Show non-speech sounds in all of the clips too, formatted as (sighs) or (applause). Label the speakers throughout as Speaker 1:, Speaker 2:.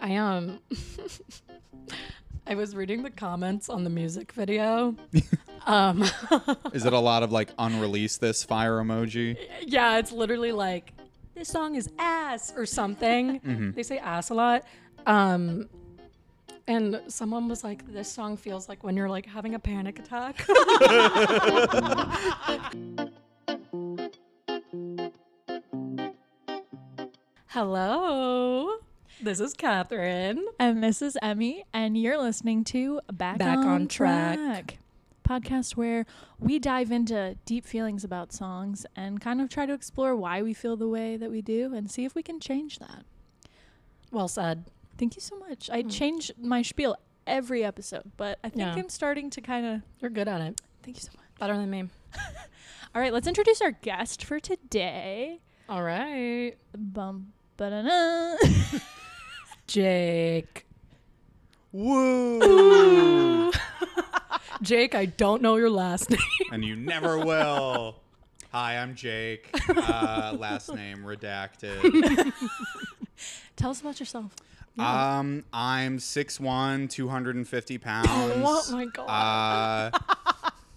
Speaker 1: I um (laughs) I was reading the comments on the music video. um (laughs)
Speaker 2: Is it a lot of like unrelease this fire emoji?
Speaker 1: yeah, it's literally like this song is ass or something. They say ass a lot. Um and someone was like this song feels like when you're like having a panic attack. (laughs) Hello. This is Catherine.
Speaker 3: And this is Emmy, and you're listening to Back,
Speaker 1: Back
Speaker 3: on,
Speaker 1: on Track.
Speaker 3: Track, podcast where we dive into deep feelings about songs and kind of try to explore why we feel the way that we do and see if we can change that.
Speaker 1: Well said.
Speaker 3: Thank you so much. I change my spiel every episode, but I think
Speaker 1: Hmm. Yeah.
Speaker 3: I'm starting to kind of.
Speaker 1: You're good at it.
Speaker 3: Thank you so much.
Speaker 1: Better than me.
Speaker 3: All right, let's introduce our guest for today.
Speaker 1: All right.
Speaker 3: Bum. ba-da-da. (laughs)
Speaker 1: Jake.
Speaker 2: Woo!
Speaker 1: Jake, I don't know your last name.
Speaker 2: (laughs) and you never will. Hi, I'm Jake. Uh, last name redacted.
Speaker 3: Tell us about yourself.
Speaker 2: Um, I'm 6'1", 250 pounds.
Speaker 1: (laughs) Oh my God.
Speaker 2: Uh,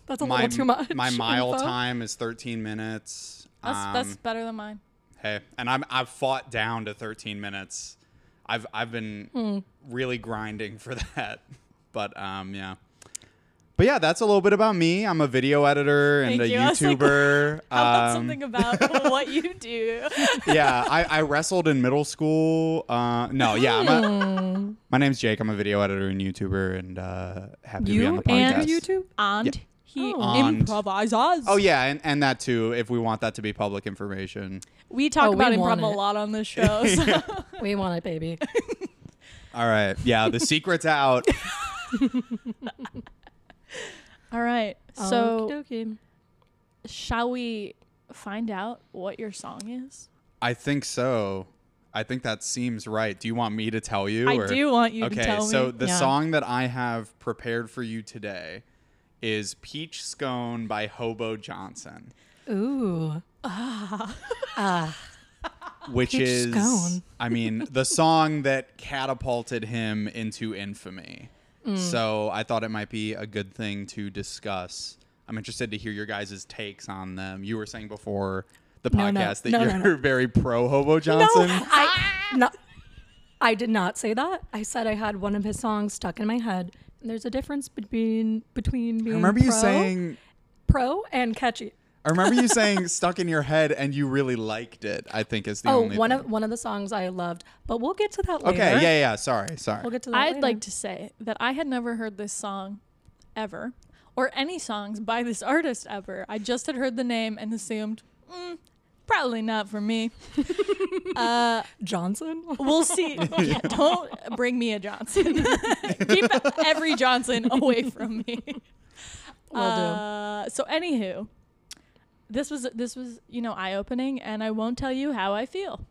Speaker 1: That's a
Speaker 2: my,
Speaker 1: little too much.
Speaker 2: my mile
Speaker 1: (laughs) info.
Speaker 2: time is 13 minutes.
Speaker 3: That's,
Speaker 2: Um,
Speaker 3: that's better than mine.
Speaker 2: Hey, and I'm I've fought down to 13 minutes. I've I've been
Speaker 3: Hmm.
Speaker 2: really grinding for (laughs) that. But um yeah. But yeah, that's a little bit about me. I'm a video editor and
Speaker 3: Thank
Speaker 2: a
Speaker 3: you. I was like, (laughs)
Speaker 2: YouTuber.
Speaker 3: How about
Speaker 2: Um, (laughs)
Speaker 3: something about what you do?
Speaker 2: yeah, I, I wrestled in middle school. Uh, no, yeah. I'm a,
Speaker 3: Hmm.
Speaker 2: my name's Jake. I'm a video editor and YouTuber, and uh, happy to be on
Speaker 3: You
Speaker 2: the podcast.
Speaker 3: and
Speaker 1: YouTube?
Speaker 3: and
Speaker 2: Yeah.
Speaker 3: he
Speaker 1: Oh.
Speaker 2: And-
Speaker 3: improvises.
Speaker 2: Oh yeah, and, and that too. If we want that to be public information.
Speaker 3: we talk
Speaker 1: Oh, we
Speaker 3: about
Speaker 1: want
Speaker 3: (laughs) improv a
Speaker 1: it.
Speaker 3: lot on this
Speaker 2: (laughs)
Speaker 3: show. So.
Speaker 1: We want it, (laughs) baby.
Speaker 2: All right. Yeah, the secret's out.
Speaker 3: All right, so
Speaker 1: Okey-dokey.
Speaker 3: shall we find out what your song is?
Speaker 2: I think so. I think that seems right. Do you want me to tell you?
Speaker 3: I
Speaker 2: or-
Speaker 3: do want you
Speaker 2: okay,
Speaker 3: to tell
Speaker 2: so
Speaker 3: me.
Speaker 2: the
Speaker 1: Yeah.
Speaker 2: song that I have prepared for you today is Peach Scone by Hobo Johnson,
Speaker 1: Ooh.
Speaker 2: which
Speaker 1: Oh, Peach
Speaker 2: is,
Speaker 1: Scone.
Speaker 2: I mean, the song that catapulted him into infamy.
Speaker 1: Mm.
Speaker 2: So I thought it might be a good thing to discuss. I'm interested to hear your guys' takes on them. You were saying before the
Speaker 1: No,
Speaker 2: podcast
Speaker 1: no.
Speaker 2: that
Speaker 1: No, no,
Speaker 2: you're
Speaker 1: no.
Speaker 2: (laughs) very pro Hobo Johnson.
Speaker 1: I no, I did not say that. I said I had one of his songs stuck in my head. And there's a difference between between
Speaker 2: I
Speaker 1: being
Speaker 2: remember you
Speaker 1: pro-
Speaker 2: saying
Speaker 1: pro and catchy.
Speaker 2: I remember you saying stuck in your head and you really liked it, I think is the
Speaker 1: Oh,
Speaker 2: only
Speaker 1: one
Speaker 2: thing.
Speaker 1: of one of the songs I loved, but we'll get to that later.
Speaker 2: Okay, yeah, yeah, yeah, sorry, sorry.
Speaker 1: We'll get to that
Speaker 3: I'd
Speaker 1: later.
Speaker 3: like to say that I had never heard this song ever, or any songs by this artist ever. I just had heard the name and assumed, mm, probably not for (laughs) me. uh,
Speaker 1: Johnson.
Speaker 3: We'll see.
Speaker 1: (laughs)
Speaker 3: Yeah, don't bring me a Johnson. (laughs) Keep every Johnson away from me.
Speaker 1: Will do.
Speaker 3: uh, So, anywho, this was this was you know eye opening, and I won't tell you how I feel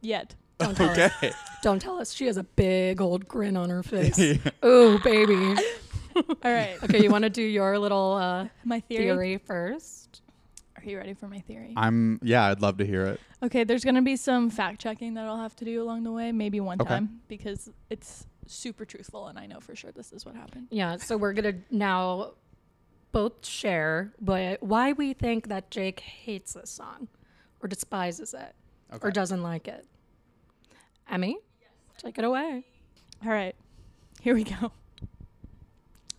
Speaker 3: yet.
Speaker 1: (laughs) Don't tell us.
Speaker 2: (laughs) (laughs) okay.
Speaker 1: Don't tell us. She has a big old grin on her
Speaker 2: (laughs)
Speaker 1: face. Ooh, baby.
Speaker 3: All right,
Speaker 1: Okay, you want to do your little uh,
Speaker 3: my theory.
Speaker 1: (laughs) theory first?
Speaker 3: Are you ready for my theory?
Speaker 2: I'm yeah, I'd love to hear it.
Speaker 3: Okay, there's gonna be some fact checking that I'll have to do along the way, maybe one
Speaker 2: Okay.
Speaker 3: time because it's super truthful, and I know for sure this is what happened.
Speaker 1: Yeah, so we're going to now both share why, why we think that Jake hates this song or despises it or
Speaker 2: Okay.
Speaker 1: doesn't like it. Emmy, take it away.
Speaker 3: All right, here we go.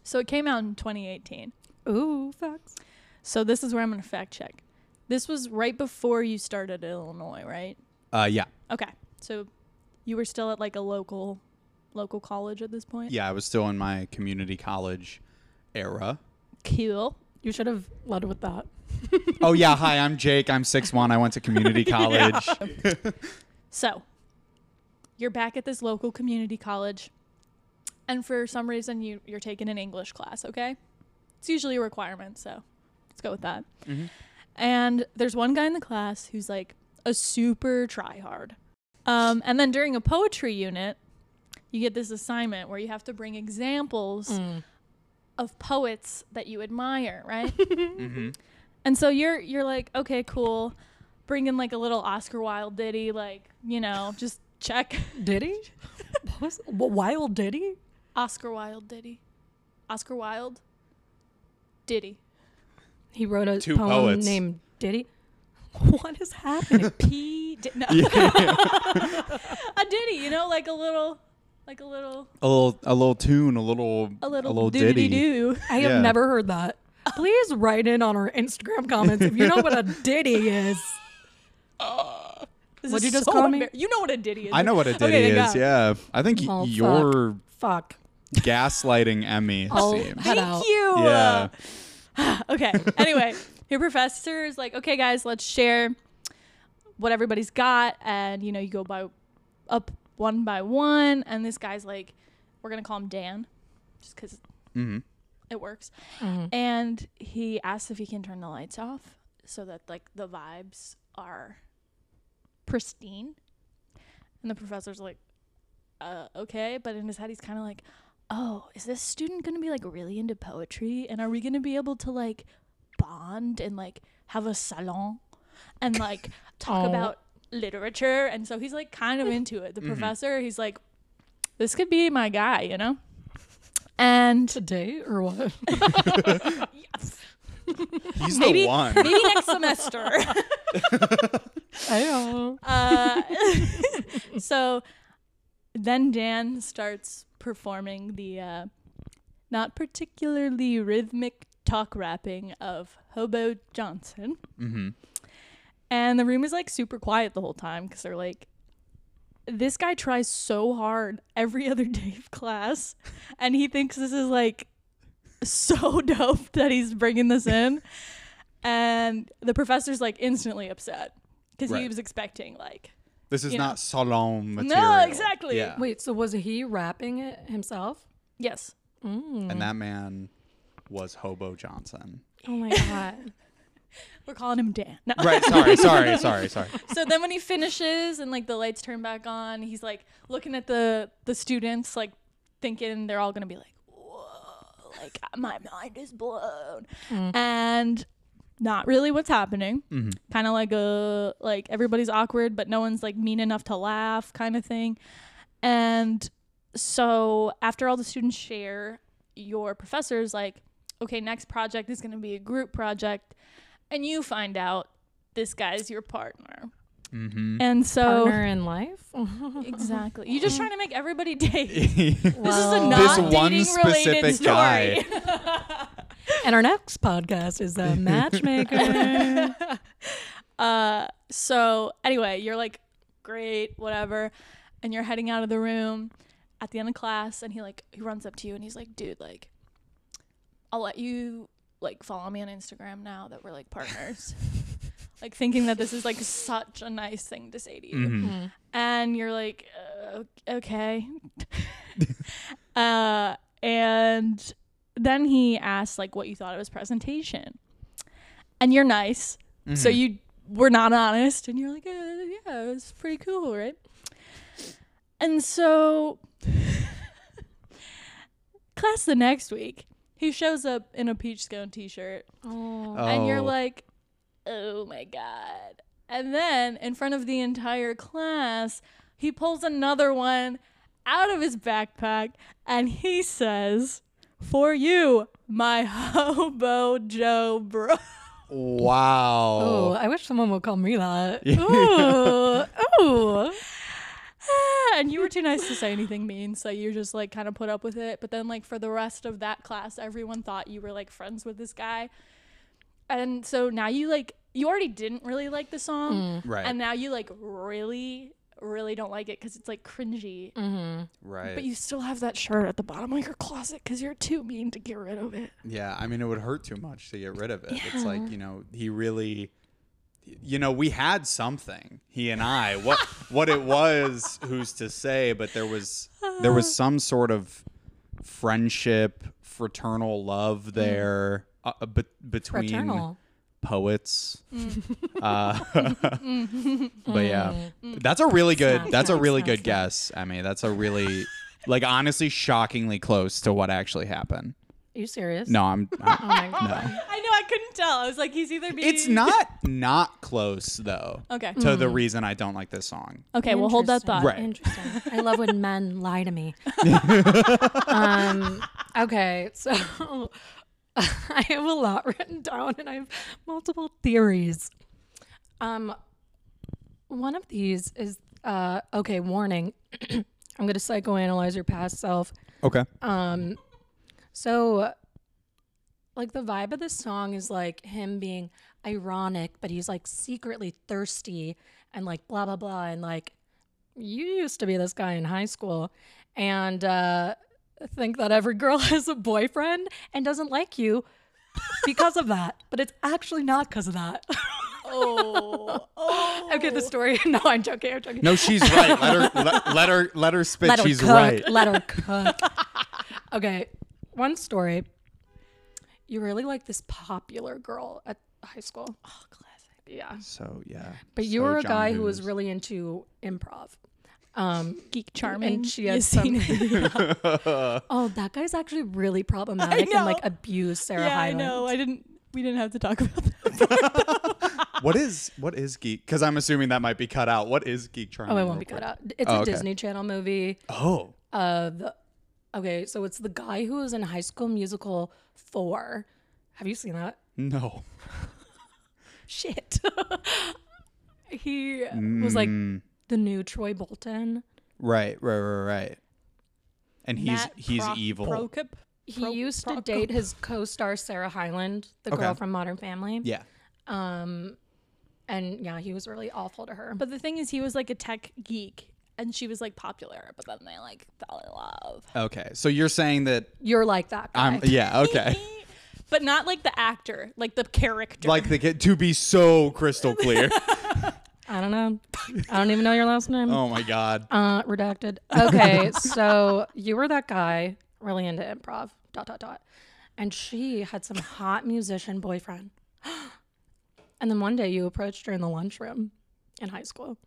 Speaker 3: So it came out in 2018.
Speaker 1: Ooh, facts.
Speaker 3: So this is where I'm going to fact check. This was right before you started at Illinois, right?
Speaker 2: Uh yeah.
Speaker 3: Okay. So you were still at like a local local college at this point?
Speaker 2: Yeah, I was still in my community college era.
Speaker 3: Cool.
Speaker 1: You should have led with that. (laughs)
Speaker 2: oh yeah, hi, I'm Jake. I'm six one. I went
Speaker 1: (laughs)
Speaker 2: to community college.
Speaker 3: So you're back at this local community college and for some reason you you're taking an English class, okay? It's usually a requirement, so let's go with that.
Speaker 2: Mhm.
Speaker 3: And there's one guy in the class who's like a super tryhard. Um, and then during a poetry unit, you get this assignment where you have to bring examples of poets that you admire, right? And so you're you're like, okay, cool. Bring in like a little Oscar Wilde ditty, like you know, just check. (laughs)
Speaker 1: Did he? What was what, Wild Diddy?
Speaker 3: Oscar Wilde Diddy. Oscar Wilde Diddy.
Speaker 1: He wrote a
Speaker 2: Two
Speaker 1: poem
Speaker 2: poets.
Speaker 1: named Diddy. (laughs) What is
Speaker 2: (laughs)
Speaker 1: happening?
Speaker 3: P. Di- no.
Speaker 1: (laughs)
Speaker 3: a Diddy, you know, like a little, like a little,
Speaker 2: A little, a little tune, a little,
Speaker 3: a little,
Speaker 2: little
Speaker 3: doody
Speaker 2: ditty.
Speaker 3: doo.
Speaker 1: I
Speaker 2: Yeah.
Speaker 1: have never heard that. Please write in on our Instagram comments if you know
Speaker 2: (laughs)
Speaker 1: what a ditty is.
Speaker 3: This
Speaker 1: What'd
Speaker 3: is
Speaker 1: you just call me?
Speaker 3: embar- You know what a Diddy is.
Speaker 2: I know what a ditty
Speaker 3: Okay, thank
Speaker 2: is. Yeah, I think y-
Speaker 1: Oh, fuck.
Speaker 2: you're
Speaker 1: Fuck.
Speaker 2: gaslighting Emmy.
Speaker 1: Oh. (laughs)
Speaker 2: seems.
Speaker 1: Head
Speaker 3: Thank
Speaker 1: out.
Speaker 3: you.
Speaker 2: Yeah.
Speaker 3: (sighs) (laughs) okay. Anyway, your professor is like, okay, guys, let's share what everybody's got, and you know, you go by up one by one, and this guy's like, we're gonna call him Dan, just because
Speaker 2: Mhm.
Speaker 3: it works, and he asks if he can turn the lights off so that like the vibes are pristine, and the professor's like, uh, okay, but in his head he's kind of like, oh, is this student gonna be like really into poetry, and are we gonna be able to like bond and like have a salon and like talk
Speaker 1: Oh.
Speaker 3: about literature and so he's like kind of into it the
Speaker 2: Mm-hmm.
Speaker 3: professor he's like this could be my guy you know and
Speaker 1: Today or what?
Speaker 2: He's
Speaker 3: maybe
Speaker 2: the one.
Speaker 3: maybe next semester
Speaker 1: I don't.
Speaker 3: uh, (laughs) so then dan starts performing the uh, not particularly rhythmic talk rapping of hobo johnson
Speaker 2: hmm
Speaker 3: And the room is like super quiet the whole time because they're like, this guy tries so hard every (laughs) other day of class. And he thinks this is like so (laughs) dope that he's bringing this in. and the professor's like instantly upset because he
Speaker 2: Right.
Speaker 3: was expecting, like,
Speaker 2: This is
Speaker 3: You
Speaker 2: not
Speaker 3: know.
Speaker 2: salon material.
Speaker 3: exactly.
Speaker 2: Yeah.
Speaker 1: Wait, so was he rapping it himself?
Speaker 3: yes.
Speaker 2: And
Speaker 3: Mm-hmm.
Speaker 2: that man was Hobo Johnson.
Speaker 1: Oh (laughs) my god.
Speaker 3: We're calling him Dan. No. (laughs)
Speaker 2: Right. Sorry. Sorry. Sorry. Sorry.
Speaker 3: so then when he finishes and like the lights turn back on, he's like looking at the the students, like thinking they're all gonna be like, "Whoa!" Like my mind is blown, and not really what's happening.
Speaker 2: Mm-hmm.
Speaker 3: Kind of like a like everybody's awkward, but no one's like mean enough to laugh, kind of thing. And so after all the students share, your professor's like, "Okay, next project is gonna be a group project," and you find out this guy's your partner.
Speaker 2: Mm-hmm.
Speaker 3: And so
Speaker 1: Partner in life?
Speaker 3: (laughs) exactly, you're just trying to make everybody (laughs) date.
Speaker 2: this
Speaker 3: This is a
Speaker 1: Wow.
Speaker 2: This
Speaker 3: not
Speaker 2: one
Speaker 3: dating related
Speaker 2: specific
Speaker 3: story.
Speaker 2: guy.
Speaker 3: (laughs)
Speaker 1: and our next podcast is
Speaker 2: (laughs)
Speaker 1: a matchmaker.
Speaker 3: Uh, so anyway, you're like, great, whatever, and you're heading out of the room at the end of class, and he like he runs up to you and he's like, dude, like, I'll let you like follow me on Instagram now that we're like partners. like thinking that this is like such a nice thing to say to you.
Speaker 2: Mm-hmm.
Speaker 1: Hmm.
Speaker 3: and you're like uh, okay (laughs) uh and then he asked like what you thought of his presentation and you're nice (laughs)
Speaker 2: Mm-hmm.
Speaker 3: so you were not honest and you're like uh, yeah it was pretty cool right and so (laughs) class the next week he shows up in a peach scone t-shirt
Speaker 1: oh.
Speaker 2: Oh.
Speaker 3: and you're like, oh my God. And then in front of the entire class, he pulls another one out of his backpack and he says, For you, my (laughs) hobo Joe bro.
Speaker 1: Oh,
Speaker 2: wow.
Speaker 1: I wish someone would call me that.
Speaker 3: Ooh.
Speaker 1: Ooh.
Speaker 3: Ah, and you were too nice to say anything mean, so you just like kind of put up with it. But then, like, for the rest of that class, everyone thought you were like friends with this guy. And so now you like, you already didn't really like the song.
Speaker 2: Right.
Speaker 3: and now you like really really don't like it because it's like cringy
Speaker 2: right.
Speaker 3: but you still have that shirt at the bottom of your closet because you're too mean to get rid of it
Speaker 2: Yeah, I mean, it would hurt too much to get rid of it. It's like you know, he really, you know, we had something. He and I,
Speaker 3: (laughs)
Speaker 2: what what it was, who's to say? But there was there was some sort of friendship, fraternal
Speaker 3: Mm.
Speaker 2: love there, uh, uh, bet between
Speaker 1: Fraternal.
Speaker 2: poets. Uh,
Speaker 1: (laughs)
Speaker 2: but yeah, that's a really good.
Speaker 1: Snap,
Speaker 2: That's a
Speaker 1: snap,
Speaker 2: really
Speaker 1: snap,
Speaker 2: good
Speaker 1: snap.
Speaker 2: guess. I mean, that's a really. Like honestly, shockingly close to what actually happened.
Speaker 1: Are you serious? (laughs)
Speaker 2: No, I'm, I'm
Speaker 1: Oh my god.
Speaker 3: (laughs) i know i couldn't tell. I was like, he's either being.
Speaker 2: It's not not close though.
Speaker 3: Okay.
Speaker 2: To
Speaker 1: Mm.
Speaker 2: the reason I don't like this song.
Speaker 3: Okay, we'll hold that
Speaker 1: Interesting.
Speaker 3: thought.
Speaker 2: Right.
Speaker 1: Interesting. I love when
Speaker 3: (laughs)
Speaker 1: men lie to me. um, okay, so (laughs) I have a lot written down and I have multiple theories. Um, one of these is uh, okay, warning. (clears throat) I'm going to psychoanalyze your past self.
Speaker 2: Okay.
Speaker 1: Um, so, like, the vibe of this song is like him being ironic, but he's like secretly thirsty and like blah, blah, blah. And like, you used to be this guy in high school and uh, think that every girl (laughs) has a boyfriend and doesn't like you because of that. But it's actually not because of that. (laughs)
Speaker 3: Oh. oh.
Speaker 1: okay, the story. (laughs) No, I'm joking. I'm joking.
Speaker 2: No, she's right.
Speaker 1: (laughs)
Speaker 2: Let her let, let her let her spit.
Speaker 1: Let her
Speaker 2: she's
Speaker 1: cook.
Speaker 2: right.
Speaker 1: Let
Speaker 2: (laughs)
Speaker 1: her cook. okay, one story. You really like this popular girl at high school.
Speaker 3: Oh, classic.
Speaker 1: Yeah.
Speaker 2: So yeah.
Speaker 1: But you
Speaker 2: So
Speaker 1: were a
Speaker 2: John
Speaker 1: guy who
Speaker 2: Hughes.
Speaker 1: was really into improv. Um,
Speaker 3: Geek charming.
Speaker 1: And she
Speaker 3: You
Speaker 1: had
Speaker 3: (laughs) seen
Speaker 1: some-
Speaker 3: it.
Speaker 1: (laughs)
Speaker 2: (laughs)
Speaker 1: oh, that guy's actually really problematic and like
Speaker 3: know.
Speaker 1: abused Sarah
Speaker 3: yeah, I
Speaker 1: Hyland.
Speaker 3: know. I didn't. We didn't have to talk (laughs) about that.
Speaker 2: What is what is geek? Because I'm assuming that might be cut out. What is geek charming?
Speaker 1: Oh, it
Speaker 2: real
Speaker 1: won't be cut
Speaker 2: quick?
Speaker 1: out. It's
Speaker 2: Oh,
Speaker 1: a
Speaker 2: okay.
Speaker 1: Disney Channel movie.
Speaker 2: Oh,
Speaker 1: Uh, the, okay, so it's the guy who was in High School Musical four. Have you seen that?
Speaker 2: no.
Speaker 1: Shit. (laughs) he was like
Speaker 2: Mm.
Speaker 1: the new Troy Bolton.
Speaker 2: Right, right, right, right. And he's
Speaker 3: Matt
Speaker 2: he's
Speaker 3: Pro-
Speaker 2: evil.
Speaker 3: Prokop?
Speaker 1: He
Speaker 3: Pro-
Speaker 1: used to
Speaker 3: Prokop?
Speaker 1: date his co-star Sarah Hyland, the
Speaker 2: Okay.
Speaker 1: girl from Modern Family.
Speaker 2: yeah.
Speaker 1: Um, and yeah, he was really awful to her.
Speaker 3: But the thing is, he was like a tech geek, and she was like popular. But then they like fell in love.
Speaker 2: Okay. So you're saying that
Speaker 1: You're like that guy.
Speaker 2: I'm yeah,
Speaker 1: (laughs)
Speaker 2: (laughs) okay.
Speaker 3: (laughs) but not like the actor, like the character. (laughs)
Speaker 2: like the kid to be so crystal
Speaker 1: (laughs)
Speaker 2: clear.
Speaker 1: I don't know. I don't even know your last name.
Speaker 2: oh my god.
Speaker 1: Uh,
Speaker 3: (laughs)
Speaker 1: redacted. Okay, so you were that guy really into improv. Dot dot dot. And she had some hot musician boyfriend. (gasps) and then one day you approached her in the lunchroom in high school,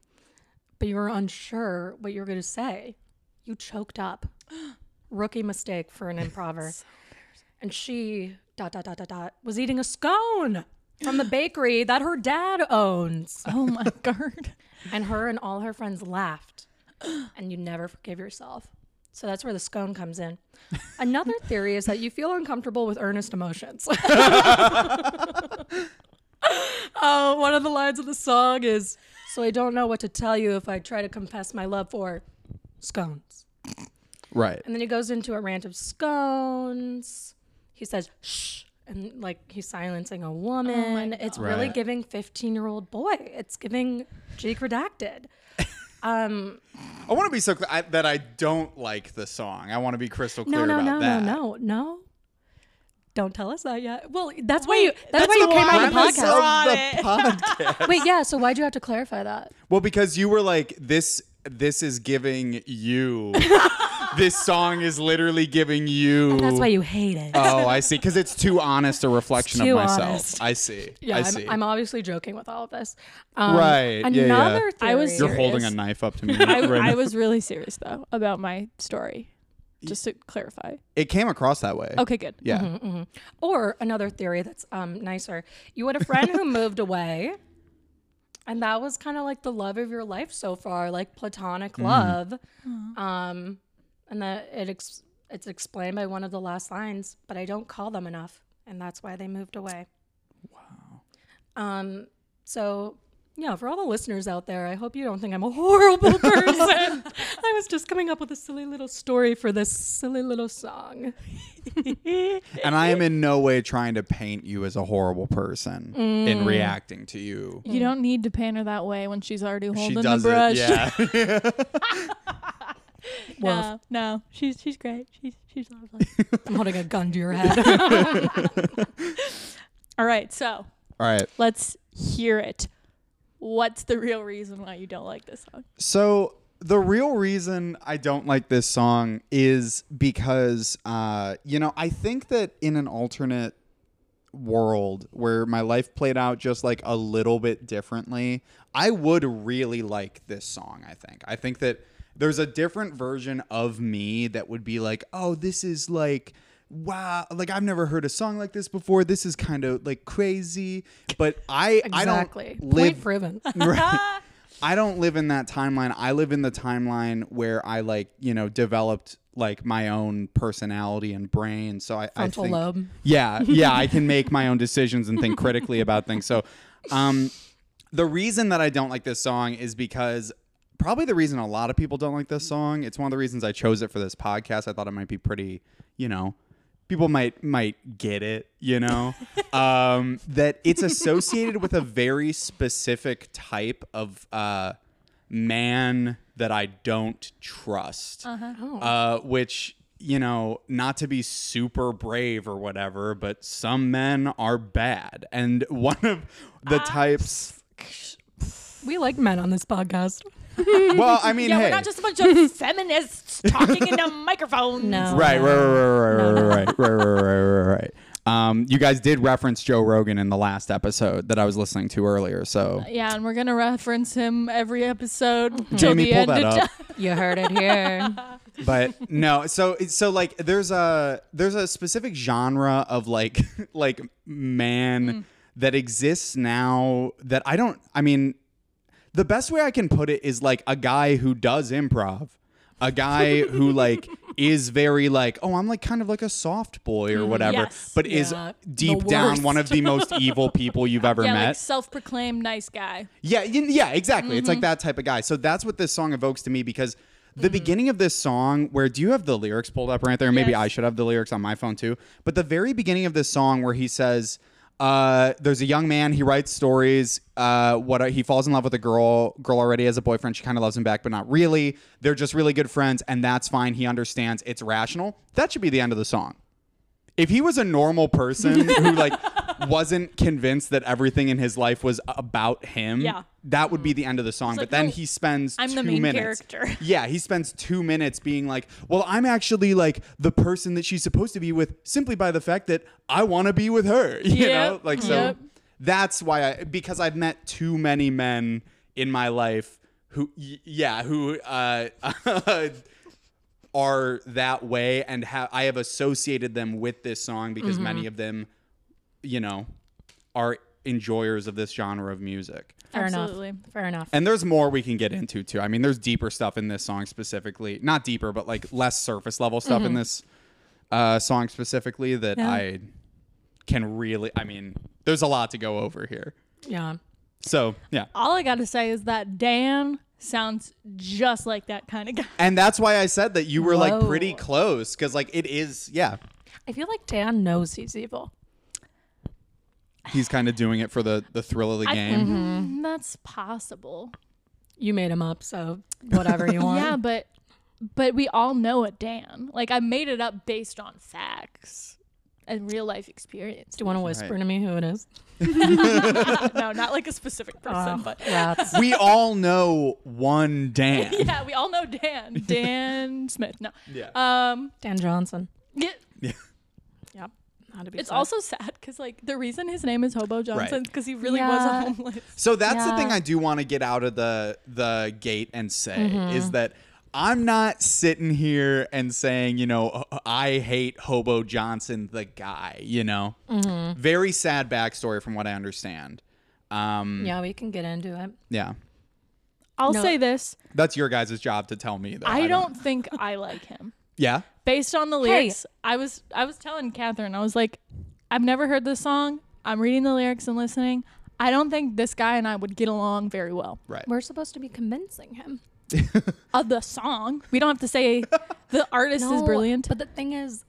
Speaker 1: but you were unsure what you were going to say. You choked
Speaker 3: (gasps)
Speaker 1: up. Rookie mistake for an improver. and she dot dot dot dot dot was eating a scone from the bakery that her dad owns.
Speaker 3: oh my (laughs) god.
Speaker 1: And her and all her friends laughed. And you never forgive yourself. So that's where the scone comes in. Another theory is that you feel uncomfortable with earnest emotions. uh, one of the lines of the song is So I don't know what to tell you if I try to confess my love for scones.
Speaker 2: Right.
Speaker 1: And then he goes into a rant of scones. He says, shh. And like he's silencing a woman. it's really
Speaker 2: Right.
Speaker 1: giving 15 year old boy. It's giving Jake redacted. Um,
Speaker 2: I want to be so clear I, that I don't like the song. I want to be crystal clear
Speaker 1: no, no,
Speaker 2: about
Speaker 1: no,
Speaker 2: that.
Speaker 1: no, no, no. Don't tell us that yet. Well, that's why you. That's, why
Speaker 3: the
Speaker 1: you came on the
Speaker 3: premise
Speaker 1: podcast.
Speaker 2: Of the (laughs) podcast.
Speaker 1: Wait, yeah. So why'd you have to clarify that?
Speaker 2: well, because you were like this this is giving
Speaker 1: (laughs)
Speaker 2: you this song is literally giving you
Speaker 1: That's why you hate it.
Speaker 2: Oh, I see. Because it's too honest a reflection
Speaker 1: too
Speaker 2: of myself.
Speaker 1: honest.
Speaker 2: I see.
Speaker 1: (laughs) yeah,
Speaker 2: I
Speaker 1: I'm,
Speaker 2: see.
Speaker 1: I'm obviously joking with all of this. Um,
Speaker 2: Right,
Speaker 1: Another
Speaker 2: yeah, yeah.
Speaker 1: theory.
Speaker 3: I was
Speaker 2: You're holding a
Speaker 3: serious.
Speaker 2: knife up to me.
Speaker 3: (laughs) I,
Speaker 2: right now.
Speaker 3: I was really serious though about my story. Just to clarify.
Speaker 2: it came across that way.
Speaker 3: Okay, Mm-hmm, good.
Speaker 2: Yeah.
Speaker 1: Or another theory that's um, nicer. You had a friend who moved away, and that was kind of like the love of your life so far, like platonic love. Um, and that it ex- it's explained by one of the last lines, but I don't call them enough, and that's why they moved away. Wow. Um. So. Yeah, for all the listeners out there, I hope you don't think I'm a (laughs) horrible person. I was just coming up with a silly little story for this silly little song.
Speaker 2: And I am in no way trying to paint you as a horrible person
Speaker 3: Mm.
Speaker 2: in reacting to you.
Speaker 3: You don't need to paint her that way when she's already
Speaker 2: She
Speaker 3: holding the
Speaker 2: does
Speaker 3: brush.
Speaker 2: it.
Speaker 3: (laughs)
Speaker 2: Yeah.
Speaker 1: Well,
Speaker 3: No, no, she's she's great. She's she's
Speaker 2: (laughs)
Speaker 3: lovely.
Speaker 1: I'm holding a gun to your head.
Speaker 3: All right, so
Speaker 2: All right.
Speaker 3: let's hear it. What's the real reason why you don't like this song?
Speaker 2: So the real reason I don't like this song is because, uh, you know, I think that in an alternate world where my life played out just like a little bit differently, I would really like this song, I think. I think that there's a different version of me that would be like, oh, this is like wow, like I've never heard a song like this before. This is kind of like crazy, but I
Speaker 1: Exactly.
Speaker 2: I don't live
Speaker 1: Point proven. (laughs)
Speaker 2: Right. (laughs) I don't live in that timeline. I live in the timeline where I like, you know, developed like my own personality and brain. So I, I
Speaker 1: Frontal
Speaker 2: think,
Speaker 1: lobe.
Speaker 2: yeah, yeah, I can make my own decisions and think critically about things. So, um, the reason that I don't like this song is because probably the reason a lot of people don't like this song. It's one of the reasons I chose it for this podcast. I thought it might be pretty, you know, people might might get it, you know, um, that it's associated with a very specific type of uh, man that I don't trust uh, which you know not to be super brave or whatever but some men are bad and one of the types
Speaker 1: We like men on this podcast.
Speaker 2: well i mean
Speaker 3: (laughs) Yeah,
Speaker 2: hey
Speaker 3: we're not just a bunch
Speaker 2: (laughs)
Speaker 3: of feminists talking into microphones.
Speaker 1: No.
Speaker 2: right right right right right right right right right right right right um, you guys did reference Joe Rogan in the last episode that I was listening to earlier. So,
Speaker 3: Yeah, and we're gonna reference him every episode
Speaker 1: Mm-hmm.
Speaker 3: till
Speaker 2: Jamie,
Speaker 3: the
Speaker 2: pull
Speaker 3: end
Speaker 2: that
Speaker 3: of
Speaker 2: up.
Speaker 3: time. (laughs)
Speaker 1: You heard it here.
Speaker 2: but no so so like there's a there's a specific genre of like (laughs) like man that exists now that i don't i mean the best way i can put it is like a guy who does improv a guy who like is very like oh i'm like kind of like a soft boy or whatever
Speaker 3: yes.
Speaker 2: but is
Speaker 1: Yeah.
Speaker 2: deep
Speaker 1: The
Speaker 2: down
Speaker 1: worst.
Speaker 2: one of the most evil people you've ever
Speaker 3: Yeah,
Speaker 2: met
Speaker 3: like self-proclaimed nice guy.
Speaker 2: yeah, y- yeah, exactly. It's like that type of guy. So that's what this song evokes to me because the beginning of this song, where do you have the lyrics pulled up right there? Maybe
Speaker 3: Yes.
Speaker 2: I should have the lyrics on my phone too. But the very beginning of this song, where he says, uh, "There's a young man. He writes stories. Uh, what he falls in love with a girl. Girl already has a boyfriend. She kind of loves him back, but not really. They're just really good friends, and that's fine. He understands. It's rational. That should be the end of the song." if he was a normal person
Speaker 3: (laughs)
Speaker 2: who like wasn't convinced that everything in his life was about him,
Speaker 3: Yeah. Mm.
Speaker 2: that would be the end of the song.
Speaker 3: like,
Speaker 2: but then
Speaker 3: no,
Speaker 2: he spends
Speaker 3: I'm
Speaker 2: two
Speaker 3: the main
Speaker 2: minutes.
Speaker 3: character.
Speaker 2: Yeah, he spends two minutes being like, "Well, I'm actually like the person that she's supposed to be with, simply by the fact that I want to be with her." (laughs) You
Speaker 3: Yep.
Speaker 2: know, like so.
Speaker 3: Yep.
Speaker 2: That's why I because I've met too many men in my life who, y- yeah, who uh, (laughs) are that way and ha- I have associated them with this song because
Speaker 3: Mm-hmm.
Speaker 2: many of them, you know, are enjoyers of this genre of music.
Speaker 1: (laughs) Fair
Speaker 3: Absolutely.
Speaker 1: enough. Fair enough.
Speaker 2: And there's more we can get into too. I mean, there's deeper stuff in this song specifically. Not deeper, but like less surface level stuff in this uh, song specifically that
Speaker 3: Mm-hmm.
Speaker 2: I
Speaker 3: Yeah.
Speaker 2: can really, I mean, there's a lot to go over here.
Speaker 1: yeah.
Speaker 2: So, yeah.
Speaker 3: All I gotta say is that Dan sounds just like that kind of guy.
Speaker 2: And that's why I said that you were like
Speaker 1: Whoa.
Speaker 2: pretty close because, like, it is, yeah,
Speaker 1: I feel like Dan knows he's evil.
Speaker 2: he's kind of doing it for the, the thrill of the
Speaker 3: I-
Speaker 2: game.
Speaker 3: (laughs)
Speaker 1: Mm-hmm.
Speaker 3: Mm, That's possible.
Speaker 1: You made him up, so whatever (laughs) you want.
Speaker 3: Yeah, but but we all know a Dan. Like I made it up based on facts and real life experience.
Speaker 1: Do you want to whisper
Speaker 2: Right.
Speaker 1: to me who it (laughs) is?
Speaker 3: no, not like a specific person,
Speaker 1: Oh,
Speaker 3: but
Speaker 1: (laughs)
Speaker 3: (laughs)
Speaker 1: rats.
Speaker 2: we all know one Dan.
Speaker 3: yeah, we all know Dan. (laughs) Dan Smith. No.
Speaker 2: Yeah.
Speaker 3: Um.
Speaker 1: Dan Johnson.
Speaker 3: yeah,
Speaker 1: Yep. How to be
Speaker 3: it's
Speaker 1: sad.
Speaker 3: also sad because like the reason his name is Hobo Johnson because he really
Speaker 1: Yeah.
Speaker 3: was a homeless.
Speaker 2: So that's the
Speaker 1: Yeah.
Speaker 2: thing I do want to get out of the the gate and say is that I'm not sitting here and saying, you know, I hate Hobo Johnson, the guy, you know. Very sad backstory from what I understand. Um, yeah.
Speaker 1: Yeah, we can get into it.
Speaker 3: I'll
Speaker 1: No.
Speaker 3: say this:
Speaker 2: That's your guys' job to tell me, though.
Speaker 3: I don't think I like him
Speaker 2: Yeah.
Speaker 3: (laughs) based on the lyrics. I was I was telling Catherine I was like, I've never heard this song. I'm reading the lyrics and listening. I don't think this guy and I would get along very well.
Speaker 2: Right.
Speaker 1: We're supposed to be convincing him.
Speaker 3: Of the song, we don't have to (laughs) say the artist is brilliant.
Speaker 1: But the thing is,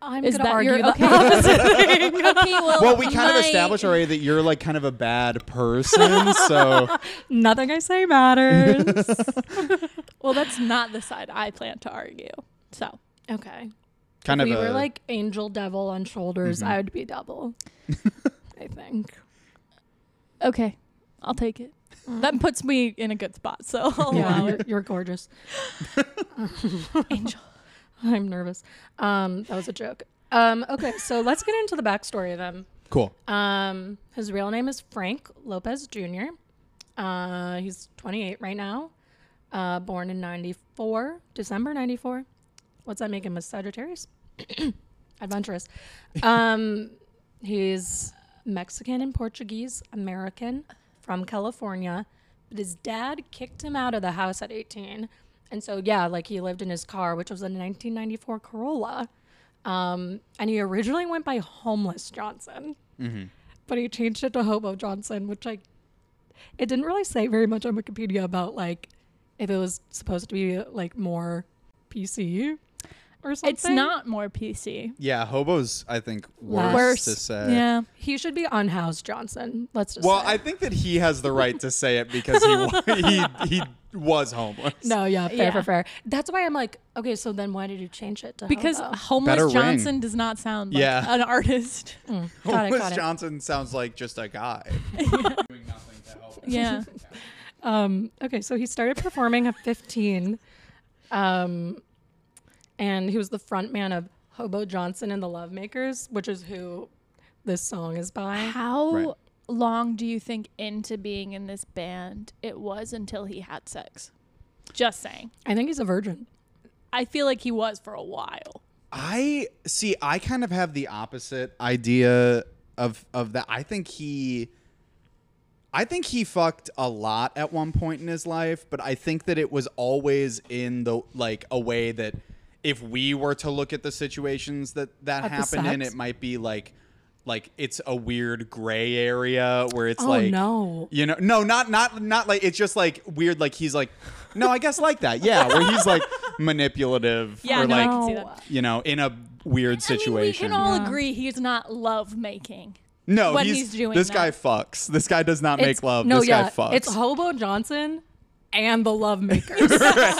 Speaker 1: I'm
Speaker 3: Is
Speaker 1: going to
Speaker 3: that
Speaker 1: argue
Speaker 3: (laughs) your
Speaker 1: the
Speaker 3: okay?
Speaker 1: (laughs) opposite.
Speaker 3: (laughs) okay,
Speaker 2: Well, we kind
Speaker 3: my-
Speaker 2: of established already that you're like kind of a bad person, so
Speaker 1: Nothing I say matters.
Speaker 3: Well, that's not the side I plan to argue. So
Speaker 1: (laughs) okay.
Speaker 2: kind of
Speaker 1: we
Speaker 2: a Mm-hmm.
Speaker 1: were like angel devil on shoulders. I would be
Speaker 2: (laughs)
Speaker 1: devil. I think.
Speaker 3: okay, I'll take it. Mm. That puts me in a good spot. So
Speaker 1: (laughs)
Speaker 3: I'll allow (laughs)
Speaker 1: you're,
Speaker 3: it.
Speaker 1: you're gorgeous.
Speaker 3: Angel.
Speaker 1: I'm nervous. Um, that was a joke. Um, okay, so let's get into the backstory of him.
Speaker 2: cool.
Speaker 1: Um, his real name is Frank Lopez Jr. Uh, he's 28 right now. Uh, born in 94, December 94. What's that make him a Sagittarius? adventurous. Um, (laughs) he's Mexican and Portuguese American from California, but his dad kicked him out of the house at 18. And so, yeah, like he lived in his car, which was a 1994 Corolla. Um, and he originally went by Homeless Johnson, but he changed it to Hobo Johnson, which I it didn't really say very much on Wikipedia about like if it was supposed to be like more PC or something.
Speaker 3: It's not more PC.
Speaker 2: Yeah, hobos. I think worse,
Speaker 3: Worse.
Speaker 2: to say.
Speaker 3: Yeah.
Speaker 1: He should be unhoused, Johnson. Let's just.
Speaker 2: Well,
Speaker 1: say.
Speaker 2: I think that he has the right to say it because
Speaker 1: (laughs)
Speaker 2: he wa- he he was homeless.
Speaker 1: No, yeah, fair,
Speaker 3: Yeah.
Speaker 1: fair, fair. That's why I'm like, okay, so then why did you change it to
Speaker 3: Because
Speaker 1: hobo?
Speaker 3: homeless
Speaker 2: Better ring.
Speaker 3: Johnson does not sound like
Speaker 2: Yeah.
Speaker 3: an artist.
Speaker 1: got it,
Speaker 2: (laughs) homeless
Speaker 1: got it.
Speaker 2: Johnson sounds like just
Speaker 1: (laughs)
Speaker 2: a guy.
Speaker 3: (laughs) Yeah.
Speaker 1: Um, okay, so he started performing at 15, um, and he was the front man of Hobo Johnson and the Lovemakers, which is who this song is by.
Speaker 3: How
Speaker 2: Right.
Speaker 3: long do you think into being in this band it was until he had sex? Just saying.
Speaker 1: I think he's a virgin.
Speaker 3: I feel like he was for a while.
Speaker 2: I see. I kind of have the opposite idea of of that. I think he, I think he fucked a lot at one point in his life, but I think that it was always in the like a way that if we were to look at the situations that that
Speaker 1: At the
Speaker 2: happened in,
Speaker 1: sex?
Speaker 2: it might be like like it's a weird gray area where it's
Speaker 1: Oh,
Speaker 2: like
Speaker 1: no.
Speaker 2: you know no not not not like it's just like weird like he's like no i guess like that yeah where he's like (laughs) manipulative
Speaker 3: Yeah,
Speaker 2: or
Speaker 3: no, I
Speaker 2: like
Speaker 3: can see
Speaker 1: No.
Speaker 3: that.
Speaker 2: you know, in a weird
Speaker 3: I
Speaker 2: situation.
Speaker 3: mean, we can all
Speaker 1: Yeah.
Speaker 3: agree he's not love making.
Speaker 2: no,
Speaker 3: when
Speaker 2: he's,
Speaker 3: he's doing
Speaker 2: this
Speaker 3: that.
Speaker 2: guy fucks. This guy does not
Speaker 1: It's-
Speaker 2: make love.
Speaker 1: No,
Speaker 2: this
Speaker 1: yeah,
Speaker 2: guy fucks.
Speaker 1: it's Hobo Johnson and the
Speaker 2: (laughs)
Speaker 1: Lovemakers.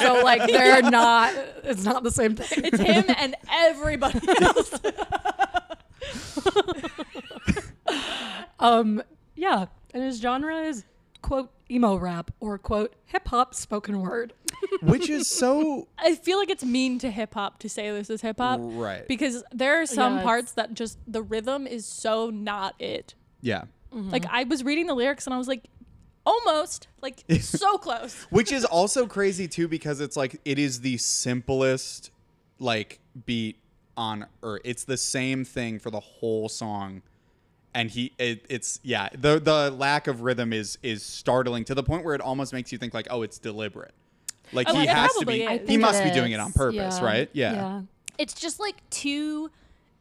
Speaker 1: so like they're not. It's not the same thing.
Speaker 2: (laughs)
Speaker 3: It's him and everybody else.
Speaker 1: Um, yeah, and his genre is quote emo rap or quote hip hop spoken word.
Speaker 2: Which is so
Speaker 3: I feel like it's mean to hip hop to say this is hip hop.
Speaker 2: Right.
Speaker 3: Because there are some
Speaker 1: Yeah, it's-
Speaker 3: parts that just the rhythm is so not it.
Speaker 2: (laughs) yeah.
Speaker 3: Like I was reading the lyrics and I was like, almost,
Speaker 2: (laughs)
Speaker 3: like so close.
Speaker 2: Which is also crazy too because it's like it is the simplest like beat on earth. It's the same thing for the whole song. And he it, it's yeah, the the lack of rhythm is is startling to the point where it almost makes you think like, "Oh, it's deliberate." Like
Speaker 3: Oh,
Speaker 2: he
Speaker 3: it
Speaker 2: has to
Speaker 3: probably
Speaker 2: be
Speaker 3: is. I
Speaker 2: he
Speaker 3: think
Speaker 2: must be doing it on purpose,
Speaker 1: Yeah.
Speaker 2: right?
Speaker 3: It's just like too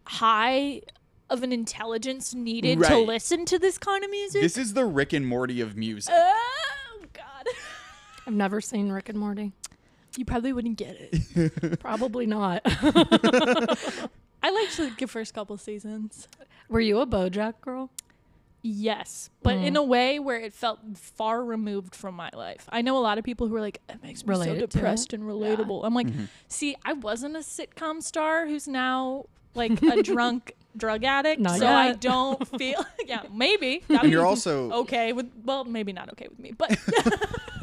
Speaker 3: high of an intelligence needed to
Speaker 2: Right.
Speaker 3: listen to this kind of music.
Speaker 2: This is the Rick and Morty of music.
Speaker 1: Uh,
Speaker 3: oh god.
Speaker 1: I've never seen Rick and
Speaker 2: (laughs)
Speaker 1: Morty.
Speaker 3: You probably wouldn't get it.
Speaker 1: Probably not. (laughs)
Speaker 3: I liked like, the first couple seasons.
Speaker 1: Were you a BoJack girl?
Speaker 3: Yes, but in
Speaker 1: Mm.
Speaker 3: a way where it felt far removed from my life. I know a lot of people who are like, it makes me so
Speaker 1: Related to it.
Speaker 3: depressed and relatable. I'm like,
Speaker 2: Mm-hmm.
Speaker 3: see, I wasn't a sitcom star who's now
Speaker 1: (laughs)
Speaker 3: like a drunk drug addict,
Speaker 1: Not
Speaker 3: so I
Speaker 1: yet. (laughs)
Speaker 3: don't feel. (laughs) yeah, maybe. That
Speaker 2: And you're
Speaker 3: would-
Speaker 2: also
Speaker 1: Oh.
Speaker 3: okay with. Well, maybe not okay with me,
Speaker 1: (laughs)
Speaker 3: but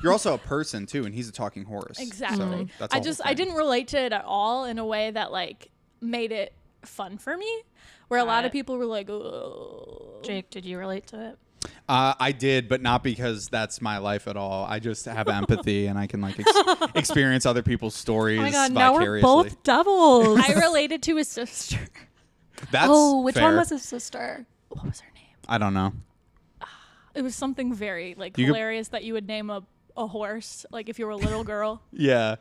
Speaker 2: you're also a person too, and he's a talking horse.
Speaker 3: exactly.
Speaker 2: So that's
Speaker 3: I
Speaker 2: a whole
Speaker 3: just I
Speaker 2: thing.
Speaker 3: didn't relate to it at all in a way that like made it fun for me. Where a
Speaker 1: Got
Speaker 3: lot of
Speaker 1: it.
Speaker 3: people were like, oh,
Speaker 1: Jake, did you relate to it?
Speaker 2: Uh, I did, but not because that's my life at all. I just have
Speaker 1: (laughs)
Speaker 2: empathy, and I can like ex- experience other people's stories
Speaker 1: Oh my god, now we're
Speaker 2: vicariously.
Speaker 1: both doubles.
Speaker 3: I related to his sister.
Speaker 2: That's
Speaker 1: oh, which one
Speaker 2: fair.
Speaker 1: was his sister?
Speaker 3: (laughs) what was her name?
Speaker 2: I don't know.
Speaker 3: It was something very like
Speaker 2: You could-
Speaker 3: hilarious that you would name a, a horse like if you were a
Speaker 2: (laughs)
Speaker 3: little girl. Oh,
Speaker 2: Yeah,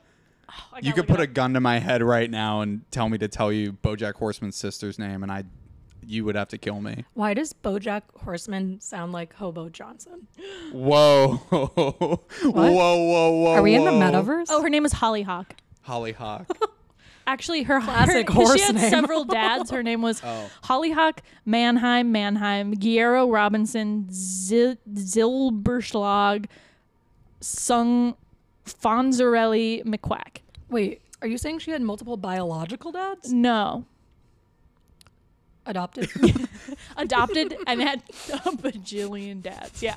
Speaker 3: I
Speaker 2: you
Speaker 3: gotta
Speaker 2: could
Speaker 3: look
Speaker 2: put a
Speaker 3: it up.
Speaker 2: gun to my head right now and tell me to tell you BoJack Horseman's sister's name, and I, you would have to kill me.
Speaker 1: Why does BoJack Horseman sound like Hobo Johnson?
Speaker 2: Whoa, (laughs) whoa, whoa, whoa!
Speaker 1: Are we in the
Speaker 2: whoa.
Speaker 1: metaverse?
Speaker 3: Oh, her name is Hollyhock.
Speaker 2: Hollyhock.
Speaker 3: Actually, her
Speaker 1: Classic
Speaker 3: her,
Speaker 1: horse
Speaker 3: She had
Speaker 1: name.
Speaker 3: several (laughs) dads. Her name was
Speaker 2: Oh.
Speaker 3: Hollyhock Mannheim, Mannheim, Guerrero Robinson, Zil- Zilberschlag, Sung, Fonzarelli, McQuack.
Speaker 1: wait, are you saying she had multiple biological dads?
Speaker 3: No,
Speaker 1: (laughs) Adopted?
Speaker 3: adopted and had a bajillion dads. (laughs) Yeah.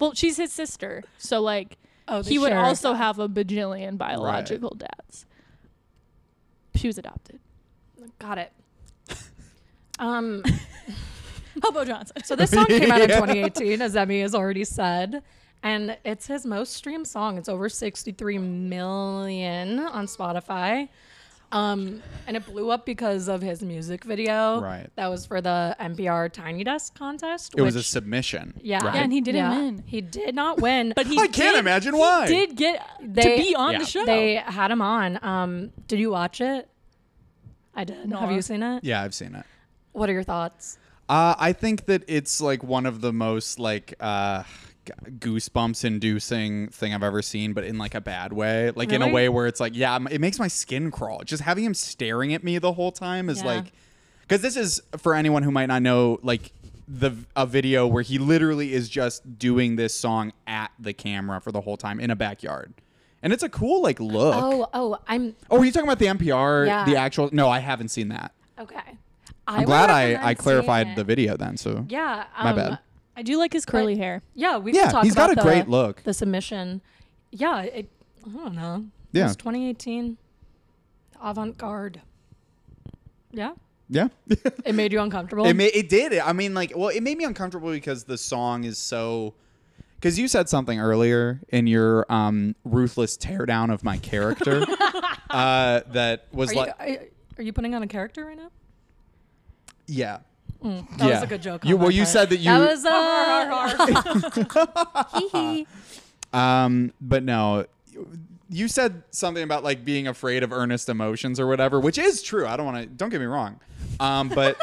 Speaker 3: well, she's his sister, so like
Speaker 1: Oh,
Speaker 3: he would also have a bajillion biological dads. She was adopted.
Speaker 1: got (laughs) it. Um,
Speaker 3: Hobo Johnson.
Speaker 1: so this song came out
Speaker 2: (laughs)
Speaker 1: in 2018, as Emmy has already said, and it's his most streamed song. It's over 63 million on Spotify. Um, and it blew up because of his music video.
Speaker 2: Right.
Speaker 1: That was for the NPR Tiny Desk contest.
Speaker 2: It was a
Speaker 1: which-
Speaker 2: submission.
Speaker 1: yeah.
Speaker 2: right?
Speaker 3: Yeah, and he didn't win.
Speaker 1: He did not win, but he
Speaker 2: I can't
Speaker 3: did-
Speaker 2: imagine why.
Speaker 3: (laughs) Did get
Speaker 1: They-
Speaker 3: to be on
Speaker 2: Yeah.
Speaker 3: the show.
Speaker 1: they had him on. Um, did you watch it? I did.
Speaker 3: No.
Speaker 1: Have you seen it?
Speaker 2: Yeah, I've seen it.
Speaker 1: What are your thoughts?
Speaker 2: Uh, I think that it's like one of the most like uh, goosebumps inducing thing I've ever seen, but in like a bad way, like in a
Speaker 1: Really?
Speaker 2: way where it's like, yeah, m- it makes my skin crawl. Just having him staring at me the whole time is
Speaker 3: Yeah.
Speaker 2: like, because this is for anyone who might not know, like the a video where he literally is just doing this song at the camera for the whole time in a backyard, and it's a cool like look.
Speaker 1: Oh, oh, I'm
Speaker 2: Oh, are you talking about the NPR,
Speaker 1: Yeah.
Speaker 2: the actual? No, I haven't seen that.
Speaker 1: okay.
Speaker 2: I'm glad I, I clarified the video then. So
Speaker 1: Yeah. Um,
Speaker 2: My bad.
Speaker 3: I do like his curly hair.
Speaker 1: Yeah, we
Speaker 2: Yeah,
Speaker 1: can talk
Speaker 2: he's
Speaker 1: about
Speaker 2: got a
Speaker 1: the-
Speaker 2: great look.
Speaker 1: The submission. Yeah, it, I don't know.
Speaker 2: Yeah.
Speaker 1: It's 2018. Avant garde. Yeah.
Speaker 2: yeah, (laughs)
Speaker 1: It made you uncomfortable.
Speaker 2: it ma- it did. I mean, like, well, it made me uncomfortable because the song is so. Because you said something earlier in your um, ruthless teardown of my
Speaker 1: (laughs)
Speaker 2: character uh, that was
Speaker 1: are, you,
Speaker 2: like,
Speaker 1: are, are you putting on a character right now?
Speaker 2: yeah,
Speaker 1: That
Speaker 2: yeah.
Speaker 1: was a good joke.
Speaker 2: You
Speaker 1: on
Speaker 2: well,
Speaker 1: my
Speaker 2: you
Speaker 1: part.
Speaker 2: said that you
Speaker 1: That was uh, hee hee.
Speaker 2: Um, but no, you said something about like being afraid of earnest emotions or whatever, which is true. I don't want to. Don't get me wrong. Um, but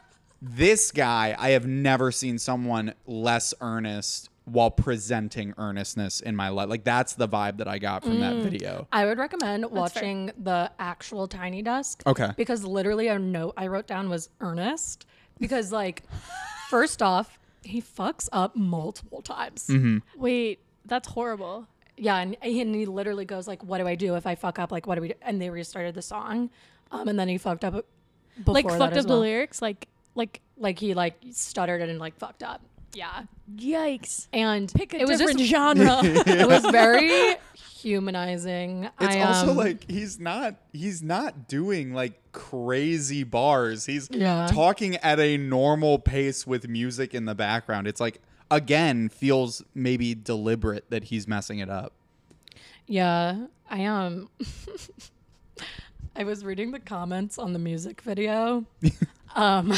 Speaker 2: (laughs) this guy, I have never seen someone less earnest while presenting earnestness in my life. Like that's the vibe that I got from that video.
Speaker 1: I would recommend
Speaker 3: fair.
Speaker 1: watching the actual Tiny Desk.
Speaker 2: Okay.
Speaker 1: Because literally a note I wrote down was earnest. Because like, first off, he fucks up multiple times.
Speaker 3: Wait, that's horrible.
Speaker 1: Yeah, and he, and he literally goes like, "What do I do if I fuck up? Like, what do we?" Do? And they restarted the song, um, and then he fucked up. Before
Speaker 3: like
Speaker 1: that
Speaker 3: fucked
Speaker 1: as
Speaker 3: up
Speaker 1: well.
Speaker 3: the lyrics. Like like
Speaker 1: Like he like stuttered it and like fucked up. Yeah,
Speaker 3: yikes.
Speaker 1: and
Speaker 3: Pick a
Speaker 1: it was
Speaker 3: different (laughs)
Speaker 1: just
Speaker 3: genre.
Speaker 1: (laughs) it was very humanizing.
Speaker 2: It's
Speaker 1: I,
Speaker 2: also
Speaker 1: um,
Speaker 2: like he's not he's not doing like crazy bars. He's
Speaker 1: Yeah.
Speaker 2: talking at a normal pace with music in the background. It's like again feels maybe deliberate that he's messing it up.
Speaker 1: yeah, I am. Um, (laughs) I was reading the comments on the music video. um,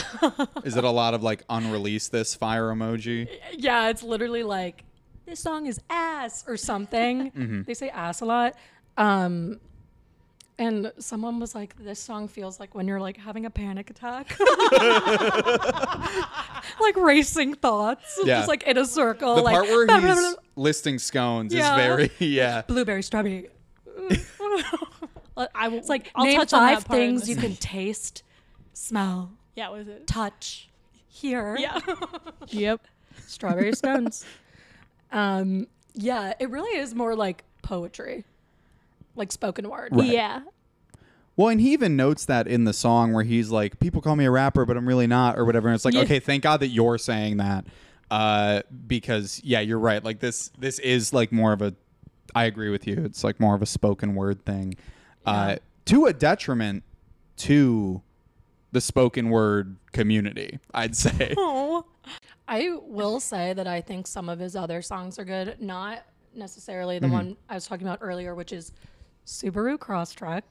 Speaker 2: Is it a lot of like unrelease this fire
Speaker 1: (laughs)
Speaker 2: emoji?
Speaker 1: yeah, it's literally like this song is ass or
Speaker 2: (laughs)
Speaker 1: something.
Speaker 2: Mm-hmm.
Speaker 1: They say ass a lot. Um, and someone was like, "This song feels like when you're like having a panic
Speaker 2: (laughs)
Speaker 1: attack, like racing thoughts,
Speaker 2: Yeah.
Speaker 1: just like in a circle."
Speaker 2: The
Speaker 1: like
Speaker 2: part where he's listing scones
Speaker 1: Yeah.
Speaker 2: is very (laughs) yeah.
Speaker 1: (laughs) blueberry, strawberry.
Speaker 3: I will,
Speaker 1: It's like
Speaker 3: I'll
Speaker 1: name
Speaker 3: touch on
Speaker 1: five
Speaker 3: that part in
Speaker 1: things
Speaker 3: this.
Speaker 1: you can taste, smell,
Speaker 3: Yeah, was it? (laughs)
Speaker 1: touch, hear.
Speaker 3: Yeah. yep.
Speaker 1: (laughs) strawberry stones. Um, yeah, it really is more like poetry, like spoken word.
Speaker 2: Right.
Speaker 3: Yeah.
Speaker 2: Well, and he even notes that in the song where he's like, "People call me a rapper, but I'm really not," or whatever. And it's like,
Speaker 3: Yeah.
Speaker 2: okay, thank God that you're saying that, uh, because yeah, you're right. Like this, this is like more of a. I agree with you. It's like more of a spoken word thing, uh, to a detriment to the spoken word community. I'd
Speaker 3: (laughs)
Speaker 2: say.
Speaker 3: Oh.
Speaker 1: I will say that I think some of his other songs are good, not necessarily the one I was talking about earlier, which is Subaru Crosstruck,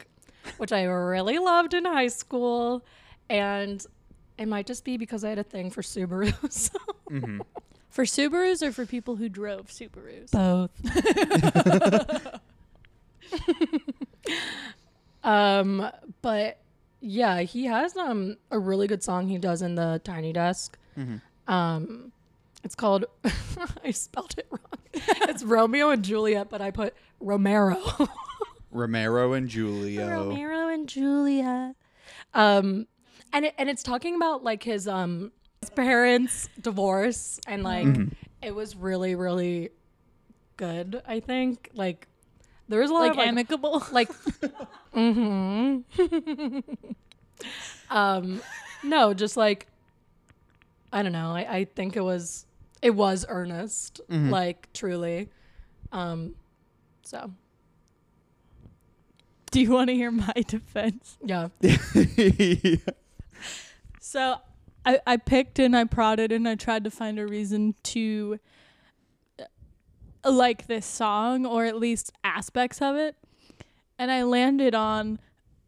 Speaker 1: which I really loved in high school, and it might just be because I had a thing for (laughs) Subarus.
Speaker 3: For Subarus or for people who drove Subarus?
Speaker 1: Both. um, but yeah, he has um a really good song he does in the Tiny Desk. Um, it's called (laughs) I spelled it wrong. It's Romeo and Juliet, but I put Romero. (laughs)
Speaker 2: Romero and Julio.
Speaker 1: Romero and Juliet. Um, and it, and it's talking about like his um his parents' divorce and like it was really really good. I think like there was a lot
Speaker 3: Like
Speaker 1: of like,
Speaker 3: amicable. (laughs)
Speaker 1: like hmm (laughs) um no just like i don't know i, I think it was it was earnest like truly um so
Speaker 3: Do you want to hear my (laughs) defense?
Speaker 1: yeah
Speaker 3: So I, I picked and I prodded and I tried to find a reason to uh, like this song or at least aspects of it. And I landed on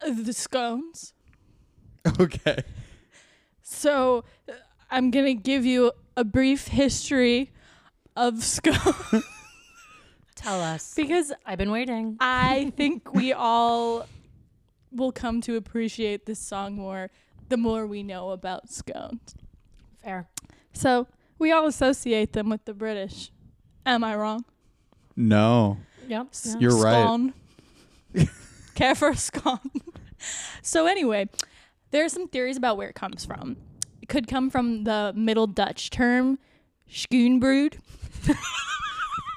Speaker 3: uh, the scones.
Speaker 2: (laughs) Okay.
Speaker 3: So uh, I'm going to give you a brief history of (laughs) scones
Speaker 1: Tell us.
Speaker 3: because
Speaker 1: I've been waiting.
Speaker 3: I think we all will come to appreciate this song more the more we know about scones.
Speaker 1: Fair.
Speaker 3: So we all associate them with the British. Am I wrong?
Speaker 2: No.
Speaker 1: Yep.
Speaker 3: S-
Speaker 2: You're right. (laughs)
Speaker 3: scone. Care for a scone. (laughs) so anyway, there are some theories about where it comes from. It could come from the Middle Dutch term schoonbrood.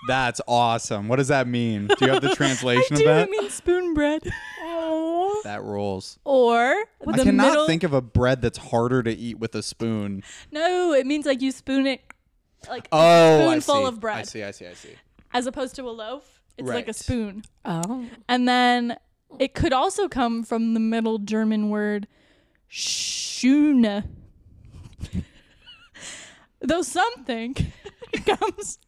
Speaker 2: That's awesome. What does that mean? Do you have the
Speaker 3: (laughs) I
Speaker 2: translation of
Speaker 3: do
Speaker 2: that?
Speaker 3: it mean spoon bread.
Speaker 2: that rules.
Speaker 3: or
Speaker 2: I
Speaker 3: the
Speaker 2: cannot
Speaker 3: middle
Speaker 2: think of a bread that's harder to eat with a spoon.
Speaker 3: No, it means like you spoon it like
Speaker 2: Oh, I
Speaker 3: spoonful
Speaker 2: see.
Speaker 3: of bread.
Speaker 2: I see. I see. I
Speaker 3: (laughs)
Speaker 2: see.
Speaker 3: as opposed to a loaf. It's like a
Speaker 2: Right.
Speaker 3: spoon.
Speaker 1: Oh.
Speaker 3: And then it could also come from the Middle German word Schune. (laughs) Though some think (laughs) it comes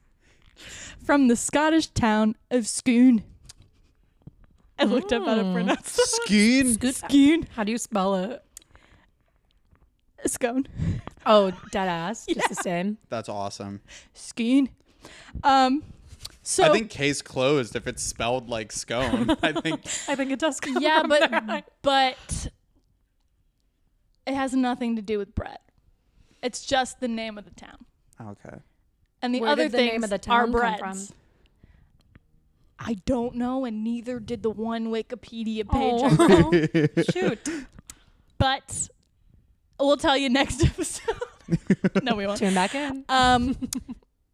Speaker 3: from the Scottish town of Schoon. I looked up how to pronounce that.
Speaker 2: Skein.
Speaker 3: Schoon.
Speaker 1: How do you spell it?
Speaker 3: Scone.
Speaker 1: Oh, dead ass. (laughs) Just the same.
Speaker 2: That's awesome.
Speaker 3: Schoon. Um, so
Speaker 2: I think (laughs) case closed if it's spelled like
Speaker 3: (laughs)
Speaker 2: scone. I think
Speaker 1: I think it does come (laughs)
Speaker 3: yeah,
Speaker 1: from there.
Speaker 3: but but it has nothing to do with bread. It's just the name of the town.
Speaker 2: Okay.
Speaker 3: And the
Speaker 1: Where
Speaker 3: other
Speaker 1: did the
Speaker 3: things
Speaker 1: name of the
Speaker 3: are
Speaker 1: town come
Speaker 3: breads.
Speaker 1: from?
Speaker 3: I don't know, and neither did the one Wikipedia page. I
Speaker 1: (laughs)
Speaker 3: read.
Speaker 1: Oh. Shoot.
Speaker 3: But we'll tell you
Speaker 1: (laughs)
Speaker 3: next (laughs) episode. no, we won't.
Speaker 1: Tune back in.
Speaker 3: Um,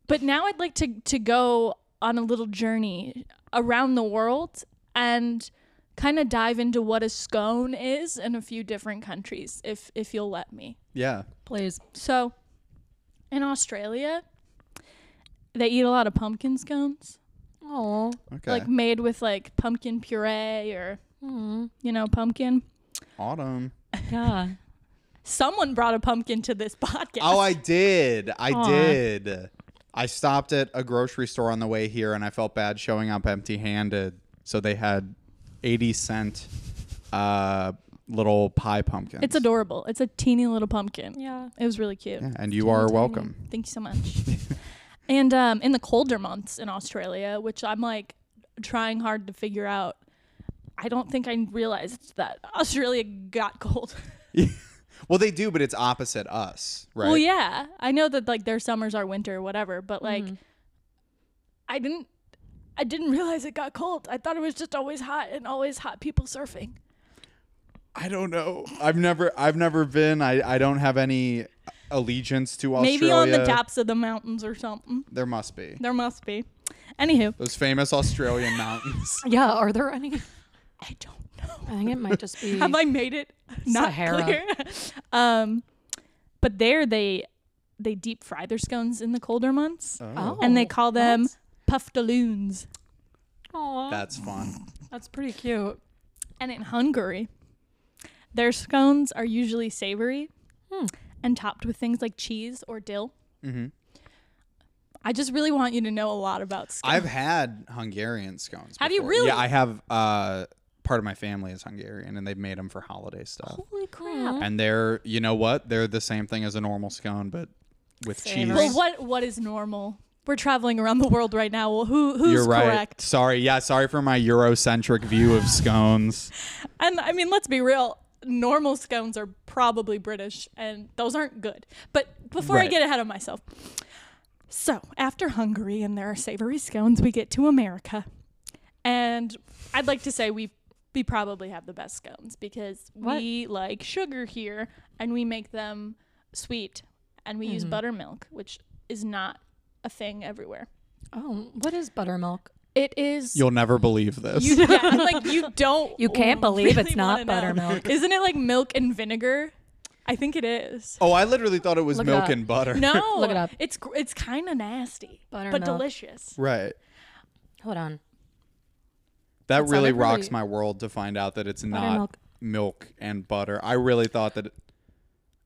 Speaker 3: but now I'd like to to go on a little journey around the world and kind of dive into what a scone is in a few different countries, if if you'll let me.
Speaker 2: Yeah.
Speaker 1: Please.
Speaker 3: So, in Australia, they eat a lot of pumpkin scones.
Speaker 1: Oh.
Speaker 2: Okay.
Speaker 3: like made with like pumpkin puree or you know pumpkin.
Speaker 2: Autumn.
Speaker 1: Yeah.
Speaker 3: Someone brought a pumpkin to this (laughs) podcast.
Speaker 2: Oh, I did. I
Speaker 1: Aw.
Speaker 2: did. I stopped at a grocery store on the way here and I felt bad showing up empty handed. So they had 80 cent uh, little pie pumpkins.
Speaker 3: it's adorable. It's a teeny little pumpkin.
Speaker 1: Yeah.
Speaker 3: It was really cute.
Speaker 2: Yeah, and you are
Speaker 3: Teeny
Speaker 2: welcome.
Speaker 3: tiny. Thank you
Speaker 2: (laughs)
Speaker 3: so much. and um, in the colder months in Australia, which I'm like trying hard to figure out, I don't think I realized that Australia got (laughs) cold.
Speaker 2: well, they do, but it's opposite us, right?
Speaker 3: Well, yeah, I know that like their summers are winter, or whatever, but
Speaker 1: Mm-hmm.
Speaker 3: like, I didn't, I didn't (laughs) realize it got cold. I thought it was just always hot and always hot people surfing.
Speaker 2: I don't know. I've never, I've never been. I, I don't have any allegiance to Australia.
Speaker 3: Maybe on the tops of the mountains or something.
Speaker 2: There must be
Speaker 3: There must be. Anywho,
Speaker 2: those famous Australian (laughs) mountains.
Speaker 1: Yeah. Are there any?
Speaker 3: I don't know.
Speaker 1: I think it might just (laughs) be.
Speaker 3: Have I made it (laughs) not
Speaker 1: Mm. Sahara.
Speaker 3: clear? (laughs) um, but there they they deep fry their scones in the colder months,
Speaker 1: oh.
Speaker 3: and they call them
Speaker 1: What?
Speaker 3: puff doaloons.
Speaker 1: Aw,
Speaker 2: (laughs) That's fun.
Speaker 1: that's pretty cute.
Speaker 3: And in Hungary, their scones are usually savory
Speaker 1: Hmm.
Speaker 3: and topped with things like cheese or dill.
Speaker 2: hmm
Speaker 3: I just really want you to know a lot about scones.
Speaker 2: I've had Hungarian scones.
Speaker 3: Have you
Speaker 2: before.
Speaker 3: really?
Speaker 2: Yeah, I have. Uh, part of my family is Hungarian, and they've made them for holiday stuff.
Speaker 3: Holy crap!
Speaker 2: And they're, you know what? They're the same thing as a normal scone, but with
Speaker 1: Savory.
Speaker 3: Well,
Speaker 2: cheese.
Speaker 3: what what is normal? We're traveling around the world right now. Well, who who's
Speaker 2: You're right.
Speaker 3: correct?
Speaker 2: Sorry, yeah, sorry for my Eurocentric view of
Speaker 3: (laughs)
Speaker 2: scones.
Speaker 3: And I mean, let's be real. Normal scones are probably British, and those aren't good. But before I
Speaker 2: Right.
Speaker 3: get ahead of myself, so after Hungary and their savory scones, we get to America, and I'd like to say we we probably have the best scones because
Speaker 1: What?
Speaker 3: we like sugar here, and we make them sweet, and we use buttermilk, which is not a thing everywhere.
Speaker 1: Oh, what is buttermilk?
Speaker 3: It is
Speaker 2: You'll never believe this.
Speaker 3: you, yeah, and, like (laughs) you don't.
Speaker 1: You can't believe it's not
Speaker 3: wanna know.
Speaker 1: buttermilk.
Speaker 3: Isn't it like milk and vinegar? I think it (laughs) is.
Speaker 2: oh, I literally thought it was
Speaker 1: Look it
Speaker 2: milk
Speaker 1: up.
Speaker 2: and butter.
Speaker 3: No,
Speaker 1: Look it up.
Speaker 3: It's gr- it's kind of nasty,
Speaker 1: Buttermilk.
Speaker 3: but delicious.
Speaker 2: Right.
Speaker 1: Hold on.
Speaker 2: That
Speaker 1: That
Speaker 2: really
Speaker 1: sounded
Speaker 2: rocks
Speaker 1: really-
Speaker 2: my world to find out that it's
Speaker 1: Buttermilk.
Speaker 2: not milk and butter. I really thought that. It,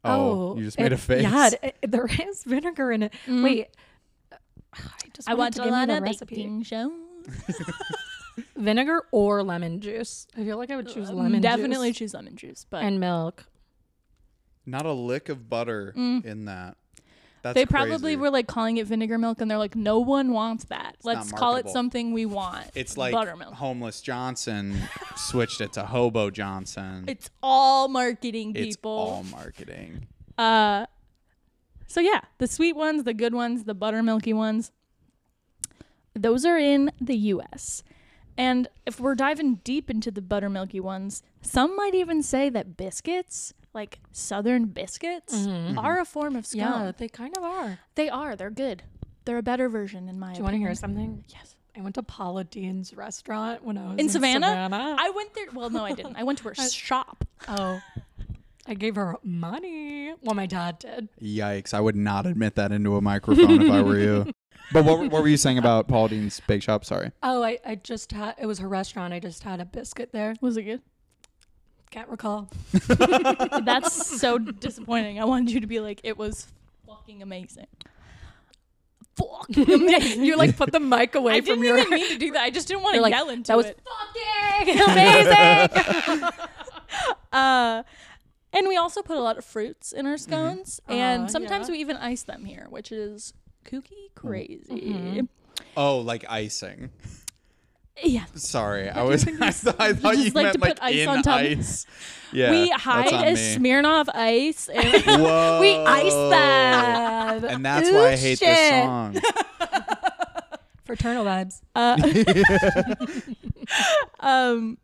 Speaker 2: oh,
Speaker 1: Oh,
Speaker 2: you just made
Speaker 1: it-
Speaker 2: a face.
Speaker 1: Yeah, it- it- there (laughs) is vinegar in it. Wait. I just
Speaker 3: I
Speaker 1: want
Speaker 3: watch
Speaker 1: to
Speaker 3: a
Speaker 1: give me
Speaker 3: lot
Speaker 1: the
Speaker 3: of
Speaker 1: recipe.
Speaker 3: baking shows.
Speaker 1: vinegar or lemon juice. I feel like I would Uh, choose lemon
Speaker 3: Mm, Definitely
Speaker 1: juice
Speaker 3: choose lemon juice, but
Speaker 1: and milk.
Speaker 2: Not a lick of butter in that. That's
Speaker 3: Mm. they probably
Speaker 2: crazy.
Speaker 3: were like calling it vinegar milk, and they're like, no one wants that.
Speaker 2: not
Speaker 3: Let's call it
Speaker 2: marketable.
Speaker 3: something we want.
Speaker 2: It's like
Speaker 3: buttermilk.
Speaker 2: homeless Johnson (laughs) switched it to hobo Johnson.
Speaker 3: It's all marketing,
Speaker 2: It's all
Speaker 3: people.
Speaker 2: marketing.
Speaker 3: uh, so yeah, the sweet ones, the good ones, the buttermilky ones. Those are in the U.S. And if we're diving deep into the buttermilky ones, some might even say that biscuits, like southern biscuits, are a form of scone.
Speaker 1: Mm-hmm. Yeah, they kind of are.
Speaker 3: They are. They're good. They're a better version, in my
Speaker 1: Do you
Speaker 3: opinion.
Speaker 1: want to hear something?
Speaker 3: Yes.
Speaker 1: I went to Paula Dean's restaurant when I was in,
Speaker 3: in Savannah?
Speaker 1: Savannah.
Speaker 3: I went there. Well, no, I didn't. I
Speaker 1: (laughs)
Speaker 3: went to her shop.
Speaker 1: oh, I gave her money. Well, my dad did.
Speaker 2: Yikes! I would not admit that into a microphone if I were
Speaker 3: (laughs)
Speaker 2: you. But what, what were you saying about Paul Dean's Bake Shop? Sorry.
Speaker 1: Oh, I, I just had it was her restaurant. I just had a biscuit there.
Speaker 3: Was it good?
Speaker 1: Can't recall.
Speaker 3: That's so disappointing. I wanted you to be like, it was fucking amazing. Fucking
Speaker 1: (laughs)
Speaker 3: amazing.
Speaker 1: you like put the mic away
Speaker 3: I
Speaker 1: from
Speaker 3: didn't
Speaker 1: your. (laughs)
Speaker 3: even mean to do that. I just didn't want to
Speaker 1: You're like,
Speaker 3: yell into
Speaker 1: that was
Speaker 3: it.
Speaker 1: fucking (laughs) amazing.
Speaker 3: (laughs) Uh, and we also put a lot of fruits in our scones,
Speaker 1: Uh,
Speaker 3: and sometimes
Speaker 1: yeah. Mm-hmm.
Speaker 3: we even ice them here, which is kooky crazy.
Speaker 2: Oh, like icing.
Speaker 3: Yeah,
Speaker 2: Sorry, I was. (laughs) I, thought- I thought Oh, you,
Speaker 3: just like
Speaker 2: meant
Speaker 3: to
Speaker 2: like
Speaker 3: put ice
Speaker 2: in
Speaker 3: on top.
Speaker 2: ice. Yeah,
Speaker 3: we
Speaker 2: that's
Speaker 3: hide
Speaker 2: on me.
Speaker 3: a
Speaker 2: Oh.
Speaker 3: Smirnoff ice and
Speaker 2: Whoa.
Speaker 3: we ice them.
Speaker 2: And that's why I hate this song.
Speaker 1: (laughs) Fraternal vibes.
Speaker 3: Um,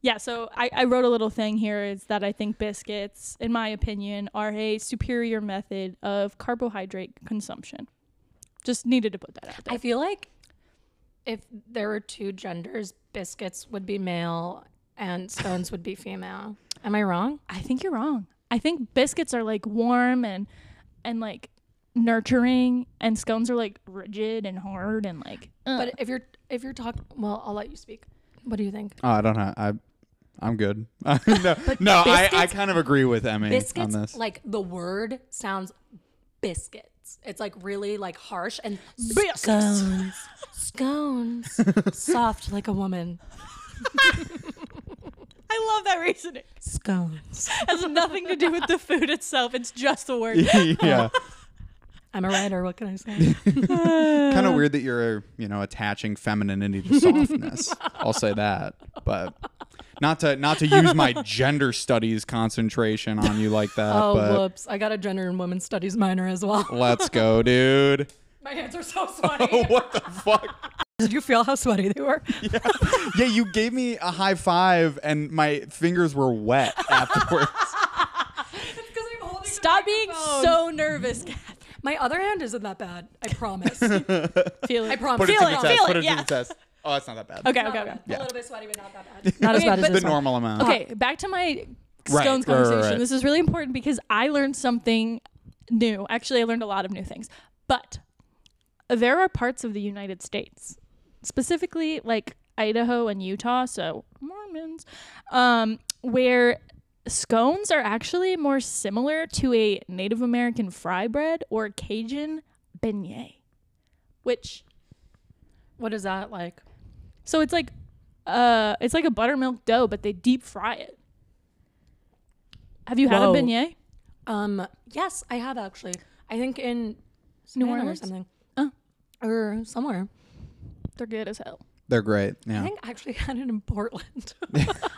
Speaker 3: yeah, so I, I wrote a little thing here is that I think biscuits, in my opinion, are a superior method of carbohydrate consumption. Just needed to put that out there.
Speaker 1: I feel like if there were two genders, biscuits would be male and scones would be female. Am I wrong?
Speaker 3: I think you're wrong. I think biscuits are like warm and and like nurturing, and scones are like rigid and hard and (laughs) like. ugh.
Speaker 1: But if you're if you're talking, well, I'll let you speak. What do you think?
Speaker 2: Oh, I don't know. I, I'm good. (laughs) no, no I, I
Speaker 1: biscuits-
Speaker 2: kind of agree with Emmy on
Speaker 1: Biscuits,
Speaker 2: this.
Speaker 1: like the word sounds biscuits. It's like really like harsh and
Speaker 3: Biscuits.
Speaker 1: scones, scones,
Speaker 2: (laughs)
Speaker 1: soft like a woman,
Speaker 3: I love that reasoning.
Speaker 1: scones.
Speaker 3: It has nothing to do with the food itself. It's just the word.
Speaker 2: (laughs) yeah,
Speaker 1: I'm a writer. What can I
Speaker 2: (laughs)
Speaker 1: say?
Speaker 2: kind of weird that you're you know attaching femininity to softness. I'll say that, but not to not to use my gender studies concentration on you like that.
Speaker 1: Oh,
Speaker 2: but
Speaker 1: whoops! I got a gender and women's studies minor as
Speaker 2: (laughs)
Speaker 1: well.
Speaker 2: let's go, dude.
Speaker 1: My hands are so sweaty.
Speaker 2: Oh, (laughs) what the fuck?
Speaker 1: Did you feel how sweaty they were?
Speaker 2: (laughs)
Speaker 1: (laughs)
Speaker 2: Yeah, you gave me a high five, and my fingers were (laughs) wet afterwards.
Speaker 1: Because I'm holding.
Speaker 3: Stop being so nervous.
Speaker 1: My other hand isn't that bad. I promise.
Speaker 2: (laughs)
Speaker 3: Feel it.
Speaker 1: I promise.
Speaker 2: Put it
Speaker 1: Feel
Speaker 2: to
Speaker 1: it.
Speaker 2: the
Speaker 1: Feel
Speaker 2: test.
Speaker 1: it.
Speaker 2: Put it
Speaker 3: yeah.
Speaker 2: to the test. Oh, that's not that bad.
Speaker 3: Okay,
Speaker 1: Not
Speaker 3: okay, okay.
Speaker 1: bad. A little bit sweaty, but (laughs) not that bad.
Speaker 3: as Okay, bad as but-
Speaker 2: the
Speaker 3: this
Speaker 2: normal amount.
Speaker 3: Okay, back to my
Speaker 2: Uh-huh. Right,
Speaker 3: scones
Speaker 2: right, right,
Speaker 3: conversation.
Speaker 2: right.
Speaker 3: This is really important because I learned something new. Actually, I learned a lot of new things. But there are parts of the United States, specifically like Idaho and Utah, so Mormons, um, where scones are actually more similar to a Native American fry bread or Cajun beignet, which
Speaker 1: What is that like?
Speaker 3: so it's like uh it's like a buttermilk dough, but they deep fry it. Have you had
Speaker 1: Whoa.
Speaker 3: a beignet?
Speaker 1: Um. Yes, I have actually. I think in
Speaker 3: New
Speaker 1: Savannah or
Speaker 3: Orleans?
Speaker 1: something.
Speaker 3: Oh.
Speaker 1: Or somewhere.
Speaker 3: They're good as hell.
Speaker 2: They're great.
Speaker 1: I
Speaker 2: Yeah.
Speaker 1: think I actually (laughs) had it in
Speaker 2: (laughs)
Speaker 1: Portland.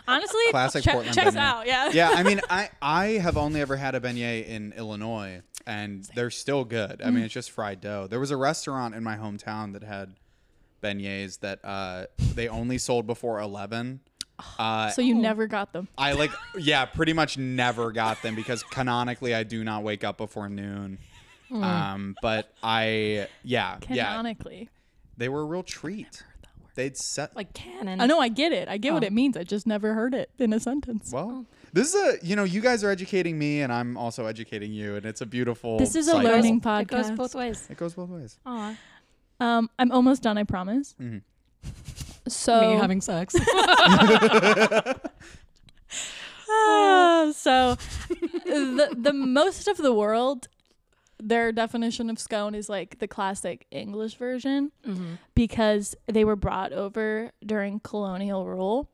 Speaker 3: Honestly,
Speaker 2: Classic
Speaker 3: check,
Speaker 2: Portland
Speaker 3: check us
Speaker 2: beignet.
Speaker 3: out. Yeah.
Speaker 2: yeah, I mean, I I have only ever had a beignet in Illinois, and they're still good. I mean, it's just fried dough. There was a restaurant in my hometown that had beignets that uh, they only sold before eleven. Uh,
Speaker 3: So you never got them.
Speaker 2: I like, yeah, pretty much never got them because canonically I do not wake up before noon.
Speaker 3: Hmm.
Speaker 2: Um, but I, yeah, yeah,
Speaker 3: Canonically.
Speaker 2: they were a real treat. They'd set
Speaker 1: like Cannon.
Speaker 3: I know I get it. I get what it means. I just never heard it in a sentence.
Speaker 2: Well, this is a you know you guys are educating me and I'm also educating you and it's a beautiful.
Speaker 3: This is a
Speaker 2: cycle.
Speaker 3: learning Oh.
Speaker 1: It goes
Speaker 3: podcast.
Speaker 1: both ways.
Speaker 2: It goes both
Speaker 3: (laughs)
Speaker 2: ways.
Speaker 1: Aw.
Speaker 3: Um, I'm almost done, I promise.
Speaker 2: Mm-hmm.
Speaker 1: Me
Speaker 3: So (laughs)
Speaker 1: having (laughs) sex.
Speaker 3: Ah, so the the most of the world their definition of scone is like the classic English version
Speaker 1: Mm-hmm.
Speaker 3: because they were brought over during colonial rule.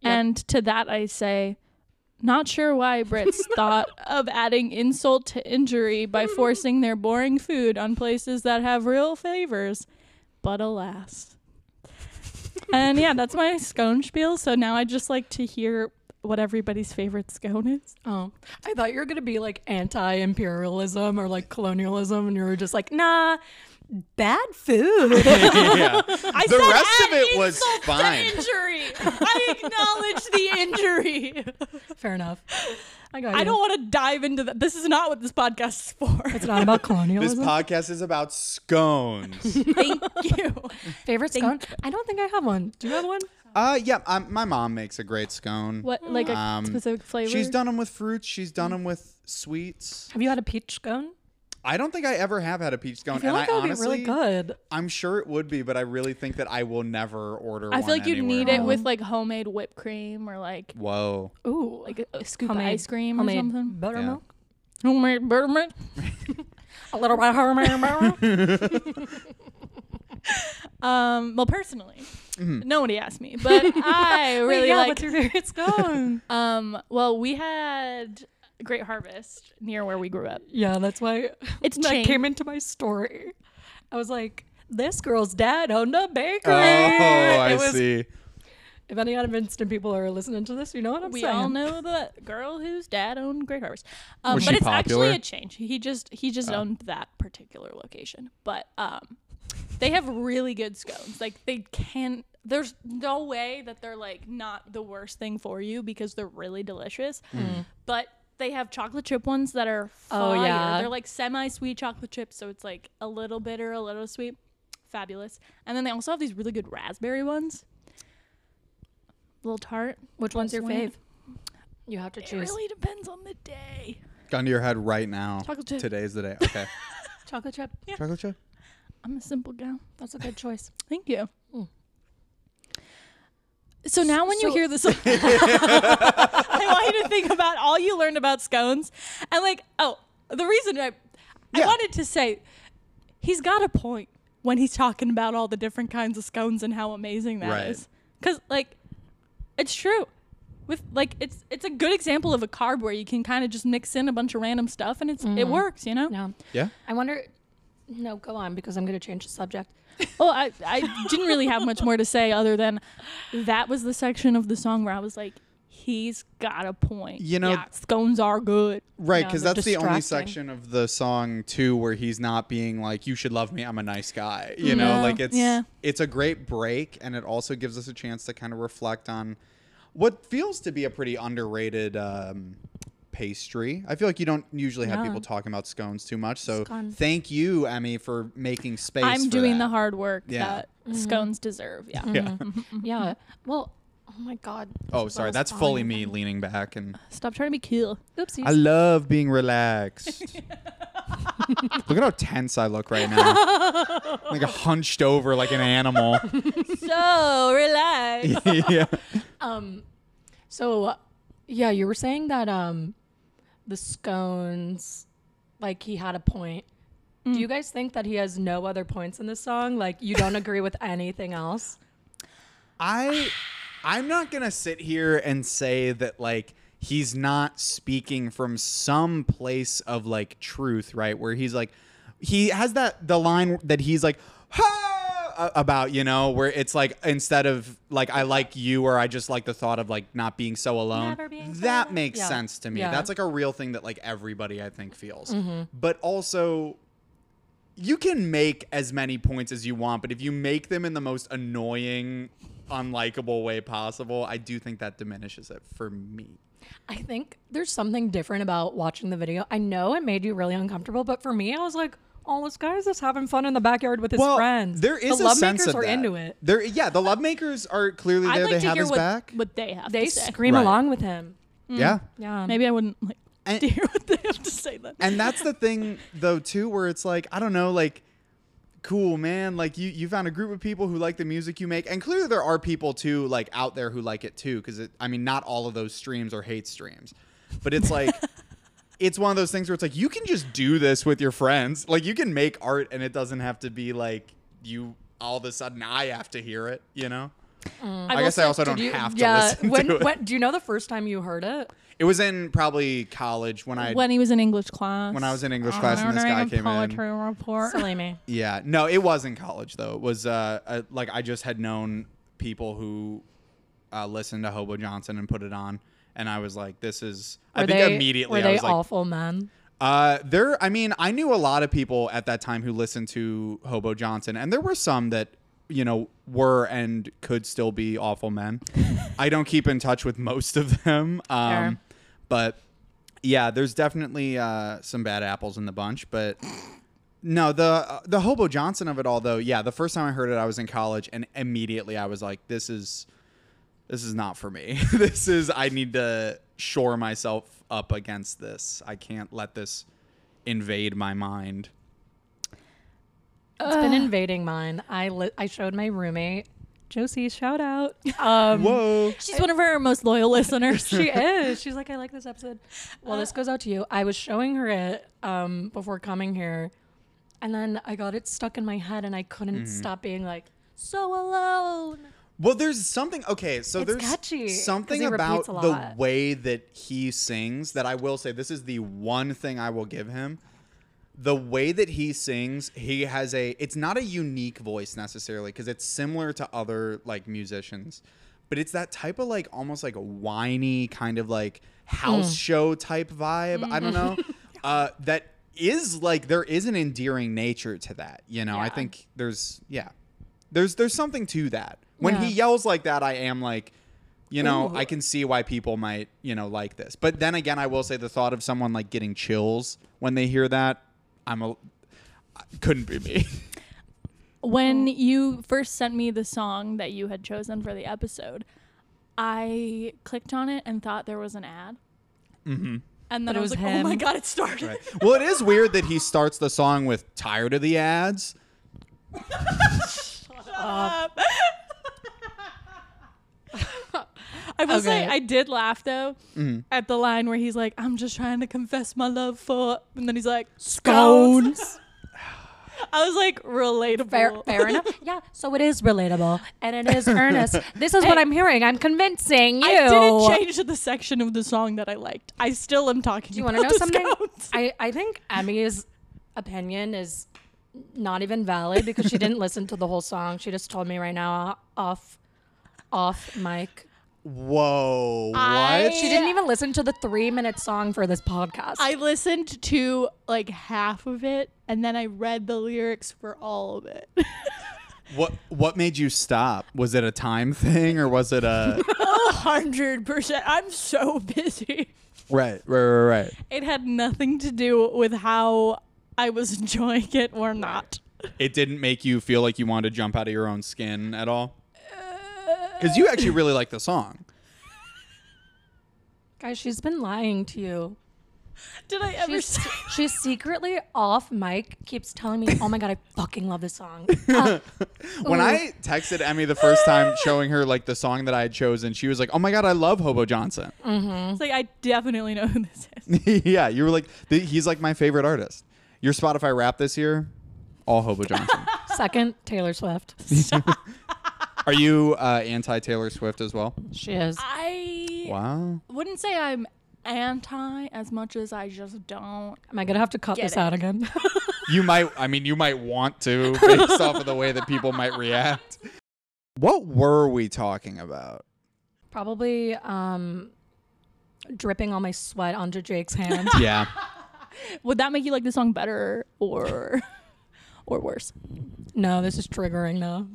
Speaker 1: Yep.
Speaker 3: And to that I say, not sure why Brits thought of adding insult to injury by forcing their boring food on places that have real favors, but alas. and yeah, that's my scone spiel. So now I just like to hear what everybody's favorite scone is.
Speaker 1: Oh, I thought you were gonna be like anti-imperialism or like colonialism, and you were just like, nah, bad food. (laughs)
Speaker 2: (laughs) yeah.
Speaker 3: I
Speaker 2: The rest of it was fine.
Speaker 3: (laughs) injury. I acknowledge the injury.
Speaker 1: Fair enough. I got.
Speaker 3: I
Speaker 1: you.
Speaker 3: don't want to dive into that. This is not what this podcast is for.
Speaker 1: It's not (laughs) about
Speaker 2: This
Speaker 1: colonialism.
Speaker 2: podcast is about
Speaker 3: (laughs)
Speaker 2: scones.
Speaker 3: Thank you.
Speaker 1: (laughs) Favorite scone? I don't think I have one. Do you have one?
Speaker 2: uh, yeah, um, my mom makes a great scone.
Speaker 3: What like a
Speaker 2: Um,
Speaker 3: specific flavor?
Speaker 2: She's done them with fruits. She's done them with sweets.
Speaker 1: Have you had a peach scone?
Speaker 2: I don't think I ever have had a peach scone,
Speaker 1: I feel
Speaker 2: and
Speaker 1: like
Speaker 2: I
Speaker 1: that would
Speaker 2: honestly,
Speaker 1: be really good.
Speaker 2: I'm sure it would be, but I really think that I will never order.
Speaker 3: I
Speaker 2: one
Speaker 3: feel like you'd
Speaker 2: anywhere
Speaker 3: need it
Speaker 2: else.
Speaker 3: with like homemade whipped cream or like
Speaker 2: Whoa.
Speaker 1: Oh. Ooh,
Speaker 3: like a scoop of ice cream or
Speaker 1: homemade
Speaker 3: something.
Speaker 1: Buttermilk.
Speaker 3: Homemade buttermilk.
Speaker 1: A little bit of (laughs) buttermilk.
Speaker 3: Um, well, personally,
Speaker 2: Mm-hmm.
Speaker 3: nobody asked me,
Speaker 1: (laughs)
Speaker 3: but I really
Speaker 1: Wait, yeah,
Speaker 3: like.
Speaker 1: what's your favorite (laughs) scone?
Speaker 3: Um, well, we had Great Harvest near where we grew up.
Speaker 1: yeah, that's why
Speaker 3: It's
Speaker 1: that
Speaker 3: chain.
Speaker 1: came into my story. I was like, this girl's dad owned a bakery.
Speaker 2: Oh, I
Speaker 1: It was-
Speaker 2: see.
Speaker 1: If any Evanston people are listening to this, you know what I'm
Speaker 3: we
Speaker 1: saying.
Speaker 3: all know the girl whose dad owned Great Harvest. Um,
Speaker 2: Was
Speaker 3: but
Speaker 2: she
Speaker 3: it's
Speaker 2: popular?
Speaker 3: actually a change. He just he just owned that particular location. But um, they have really good scones. Like they can. There's no way that they're like not the worst thing for you because they're really delicious. But they have chocolate chip ones that are
Speaker 1: Oh,
Speaker 3: fire.
Speaker 1: yeah.
Speaker 3: They're like semi sweet chocolate chips, so it's like a little bitter, a little sweet. Fabulous. And then they also have these really good raspberry ones. Little tart.
Speaker 1: Which one's your
Speaker 3: Sweet.
Speaker 1: fave? You have to
Speaker 3: It really depends on the day.
Speaker 2: Gun to your head right now.
Speaker 3: Chocolate chip.
Speaker 2: Today's the day.
Speaker 1: (laughs)
Speaker 2: Okay.
Speaker 1: Chocolate chip. Yeah,
Speaker 2: Chocolate chip.
Speaker 3: I'm a simple gal.
Speaker 1: that's a good (laughs) choice.
Speaker 3: Thank you.
Speaker 2: Hmm.
Speaker 3: So now when you
Speaker 1: So-
Speaker 2: (laughs)
Speaker 3: hear this, (laughs) I want you to think about all you learned about scones. And like, oh, the reason I, I
Speaker 2: Yeah.
Speaker 3: wanted to say, he's got a point when he's talking about all the different kinds of scones and how amazing that is.
Speaker 2: Right.
Speaker 3: Cause like, it's true. With like, it's it's a good example of a carb where you can kind of just mix in a bunch of random stuff and it's
Speaker 2: Mm-hmm.
Speaker 3: it works, you know.
Speaker 1: Yeah.
Speaker 2: Yeah.
Speaker 1: I wonder. No, go on because I'm going to change the subject.
Speaker 3: Well, Oh, I, I didn't really have much more to say other than that was the section of the song where I was like, he's got a point.
Speaker 2: You know-
Speaker 3: Yeah, scones are good.
Speaker 2: Right,
Speaker 1: Yeah,
Speaker 2: because
Speaker 1: they're
Speaker 2: that's the only
Speaker 1: distracting.
Speaker 2: section of the song too where he's not being like, "You should love me, I'm a nice guy." You know,
Speaker 3: No,
Speaker 2: like it's
Speaker 3: yeah.
Speaker 2: it's a great break, and it also gives us a chance to kind of reflect on what feels to be a pretty underrated um, pastry. I feel like you don't usually have
Speaker 3: No.
Speaker 2: people talking about scones too much, so
Speaker 1: Scone.
Speaker 2: thank you, Emmy, for making space.
Speaker 3: I'm
Speaker 2: for
Speaker 3: doing the
Speaker 2: that.
Speaker 3: hard work
Speaker 2: Yeah.
Speaker 3: that
Speaker 1: Mm-hmm.
Speaker 3: scones deserve. Yeah.
Speaker 2: Yeah.
Speaker 3: (laughs)
Speaker 1: Yeah. (laughs) Well, oh my God.
Speaker 2: Oh, sorry, that's fully me leaning back, and
Speaker 3: Stop trying to be cool.
Speaker 1: Oopsies.
Speaker 2: I love being relaxed. look at how tense I look right now, like hunched over like an animal. (laughs)
Speaker 3: so relax.
Speaker 2: yeah.
Speaker 1: um, so uh, yeah, you were saying that um, the scones, like he had a point.
Speaker 3: Mm.
Speaker 1: Do you guys think that he has no other points in this song? Like you don't agree with anything
Speaker 3: (laughs)
Speaker 1: else?
Speaker 2: I I'm not gonna sit here and say that like he's not speaking from some place of like truth, right? Where he's like he has that the line that he's like "Ha!" a- about you know where it's like instead of like i like you or i just like the thought of like not being so alone
Speaker 1: Never being so
Speaker 2: that
Speaker 1: alone.
Speaker 2: makes
Speaker 1: Yeah.
Speaker 2: sense to me
Speaker 1: Yeah. Mm-hmm.
Speaker 2: that's like a real thing that like everybody i think feels but also you can make as many points as you want, but if you make them in the most annoying, unlikable way possible, I do think that diminishes it for me.
Speaker 1: I think there's something different about watching the video. I know it made you really uncomfortable, but for me, I was like, "Oh, this guy's just having fun in the backyard with his friends."
Speaker 2: there is
Speaker 1: the
Speaker 2: a
Speaker 1: love
Speaker 2: sense
Speaker 1: makers
Speaker 2: of
Speaker 1: are
Speaker 2: that.
Speaker 1: into it.
Speaker 2: There, yeah, the love makers are clearly
Speaker 3: I'd
Speaker 2: there.
Speaker 3: like
Speaker 2: they
Speaker 3: to
Speaker 2: have
Speaker 3: hear
Speaker 2: his
Speaker 3: what,
Speaker 2: back.
Speaker 3: what they have
Speaker 1: They
Speaker 3: to say.
Speaker 1: scream
Speaker 2: Right.
Speaker 1: along with him.
Speaker 2: Yeah,
Speaker 1: Yeah,
Speaker 3: Maybe I wouldn't like
Speaker 2: And-
Speaker 3: to (laughs) hear what they have to say then.
Speaker 2: and that's the thing though too, where it's like I don't know, like cool man like you you found a group of people who like the music you make and clearly there are people too like out there who like it too because i mean not all of those streams are hate streams but it's like it's one of those things where it's like you can just do this with your friends. Like you can make art and it doesn't have to be like you all of a sudden I have to hear it, you know?
Speaker 3: I've
Speaker 2: I guess I also
Speaker 1: Did
Speaker 2: don't
Speaker 1: you-
Speaker 2: have to
Speaker 1: yeah,
Speaker 2: listen
Speaker 1: when,
Speaker 2: to it.
Speaker 1: when- do you know the first time you heard
Speaker 2: (laughs)
Speaker 1: it?
Speaker 2: it was in probably college when I
Speaker 3: when he was in English class.
Speaker 2: When I was in English class and this guy
Speaker 3: ordering a
Speaker 2: came in.
Speaker 3: poetry report.
Speaker 1: Silly me.
Speaker 2: Yeah, no, it was in college though. It was uh, uh like I just had known people who uh, listened to Hobo Johnson and put it on, and I was like, "This is." I
Speaker 1: Were
Speaker 2: think
Speaker 1: they-
Speaker 2: immediately
Speaker 1: were
Speaker 2: I
Speaker 1: they
Speaker 2: was like,
Speaker 1: awful men?
Speaker 2: uh, there. I mean, I knew a lot of people at that time who listened to Hobo Johnson, and there were some that you know were and could still be awful men. I don't keep in touch with most of them, um,
Speaker 1: Fair.
Speaker 2: but yeah, there's definitely uh, some bad apples in the bunch. But no, the uh, the Hobo Johnson of it all, though. Yeah, the first time I heard it, I was in college, and immediately I was like, "This is." This is not for me. (laughs) this is I need to shore myself up against this. I can't let this invade my mind.
Speaker 1: It's been invading mine. I li- I showed my roommate Josie. Shout (laughs) out. Um,
Speaker 2: Whoa.
Speaker 3: She's one of our most loyal listeners.
Speaker 2: (laughs)
Speaker 1: she is. She's like, I like this episode. Well, this goes out to you. I was showing her it um, before coming here, and then I got it stuck in my head, and I couldn't
Speaker 2: Mm-hmm.
Speaker 1: stop being like, "So alone."
Speaker 2: Well, there's something. Okay, so
Speaker 1: It's
Speaker 2: there's
Speaker 1: catchy, 'cause
Speaker 2: something
Speaker 1: he
Speaker 2: about
Speaker 1: repeats a
Speaker 2: the
Speaker 1: lot.
Speaker 2: way that he sings that I will say this is the one thing I will give him. The way that he sings, he has a. It's not a unique voice necessarily because it's similar to other like musicians, but it's that type of like almost like whiny kind of like
Speaker 1: Mm.
Speaker 2: house show type vibe. I don't know.
Speaker 1: Mm-hmm.
Speaker 2: (laughs) uh, that is like there is an endearing nature to that. You know, I
Speaker 1: Yeah.
Speaker 2: think there's yeah, there's there's something to that. When he
Speaker 1: Yeah.
Speaker 2: yells like that, I am like, you know,
Speaker 1: Ooh.
Speaker 2: I can see why people might, you know, like this. But then again, I will say the thought of someone like getting chills when they hear that, I'm a couldn't be me. (laughs)
Speaker 3: when you first sent me the song that you had chosen for the episode, I clicked on it and thought there was an ad. Mm-hmm. And then
Speaker 1: But it
Speaker 3: I was,
Speaker 1: was
Speaker 3: like, oh my
Speaker 1: him.
Speaker 3: God, it started.
Speaker 2: well, it is weird that he starts the song with "Tired of the ads."
Speaker 3: (laughs) I will say
Speaker 1: Okay.
Speaker 3: I did laugh though at the line where he's like, "I'm just trying to confess my love for," and then he's like, "Scones." I was like, relatable.
Speaker 1: Fair, fair
Speaker 3: (laughs)
Speaker 1: enough. Yeah. So it is relatable, and it is earnest. This is what I'm hearing. I'm convincing you.
Speaker 3: I didn't change the section of the song that I liked. I still am talking.
Speaker 1: Do you
Speaker 3: want
Speaker 1: want
Speaker 3: to
Speaker 1: to know something?
Speaker 3: Scones.
Speaker 1: I, I think Emmy's opinion is not even valid because she didn't listen to the whole song. She just told me right now off off mic.
Speaker 2: Whoa! What?
Speaker 3: I-
Speaker 1: She didn't even listen to the three minute song for this podcast.
Speaker 3: I listened to like half of it, and then I read the lyrics for all of it. (laughs)
Speaker 2: what? What made you stop? Was it a time thing, or was
Speaker 1: (laughs)
Speaker 2: it a
Speaker 3: Hundred percent. I'm so busy.
Speaker 2: right? Right? Right? Right?
Speaker 3: It had nothing to do with how I was enjoying it or not.
Speaker 2: it didn't make you feel like you wanted to jump out of your own skin at all
Speaker 1: Uh,
Speaker 2: because you actually really like the song
Speaker 1: Guys, she's been lying to you.
Speaker 3: Did I
Speaker 1: (laughs)
Speaker 3: ever
Speaker 1: She's,
Speaker 3: say?
Speaker 1: she secretly off mic keeps telling me, "Oh my god, I fucking love this
Speaker 3: (laughs)
Speaker 1: song."
Speaker 2: when i texted emmy the first time showing her like the song that i had chosen she was like oh my god i love hobo johnson (laughs)
Speaker 3: It's like I definitely know who this is.
Speaker 2: yeah you were like th- he's like my favorite artist your spotify rap this year all hobo johnson
Speaker 1: Second, Taylor Swift.
Speaker 2: are you uh, anti taylor swift as well
Speaker 1: She is.
Speaker 3: I
Speaker 2: wow
Speaker 3: wouldn't say I'm anti as much as I just don't.
Speaker 1: Am I gonna have to cut
Speaker 3: Get
Speaker 1: this
Speaker 3: it.
Speaker 1: out (laughs) again?
Speaker 2: you might i mean you might want to based off of the way that people might react what were we talking about
Speaker 1: Probably um, dripping all my sweat onto Jake's (laughs) hand.
Speaker 2: yeah
Speaker 3: Would that make you like the song better or or worse?
Speaker 1: No, this is triggering now.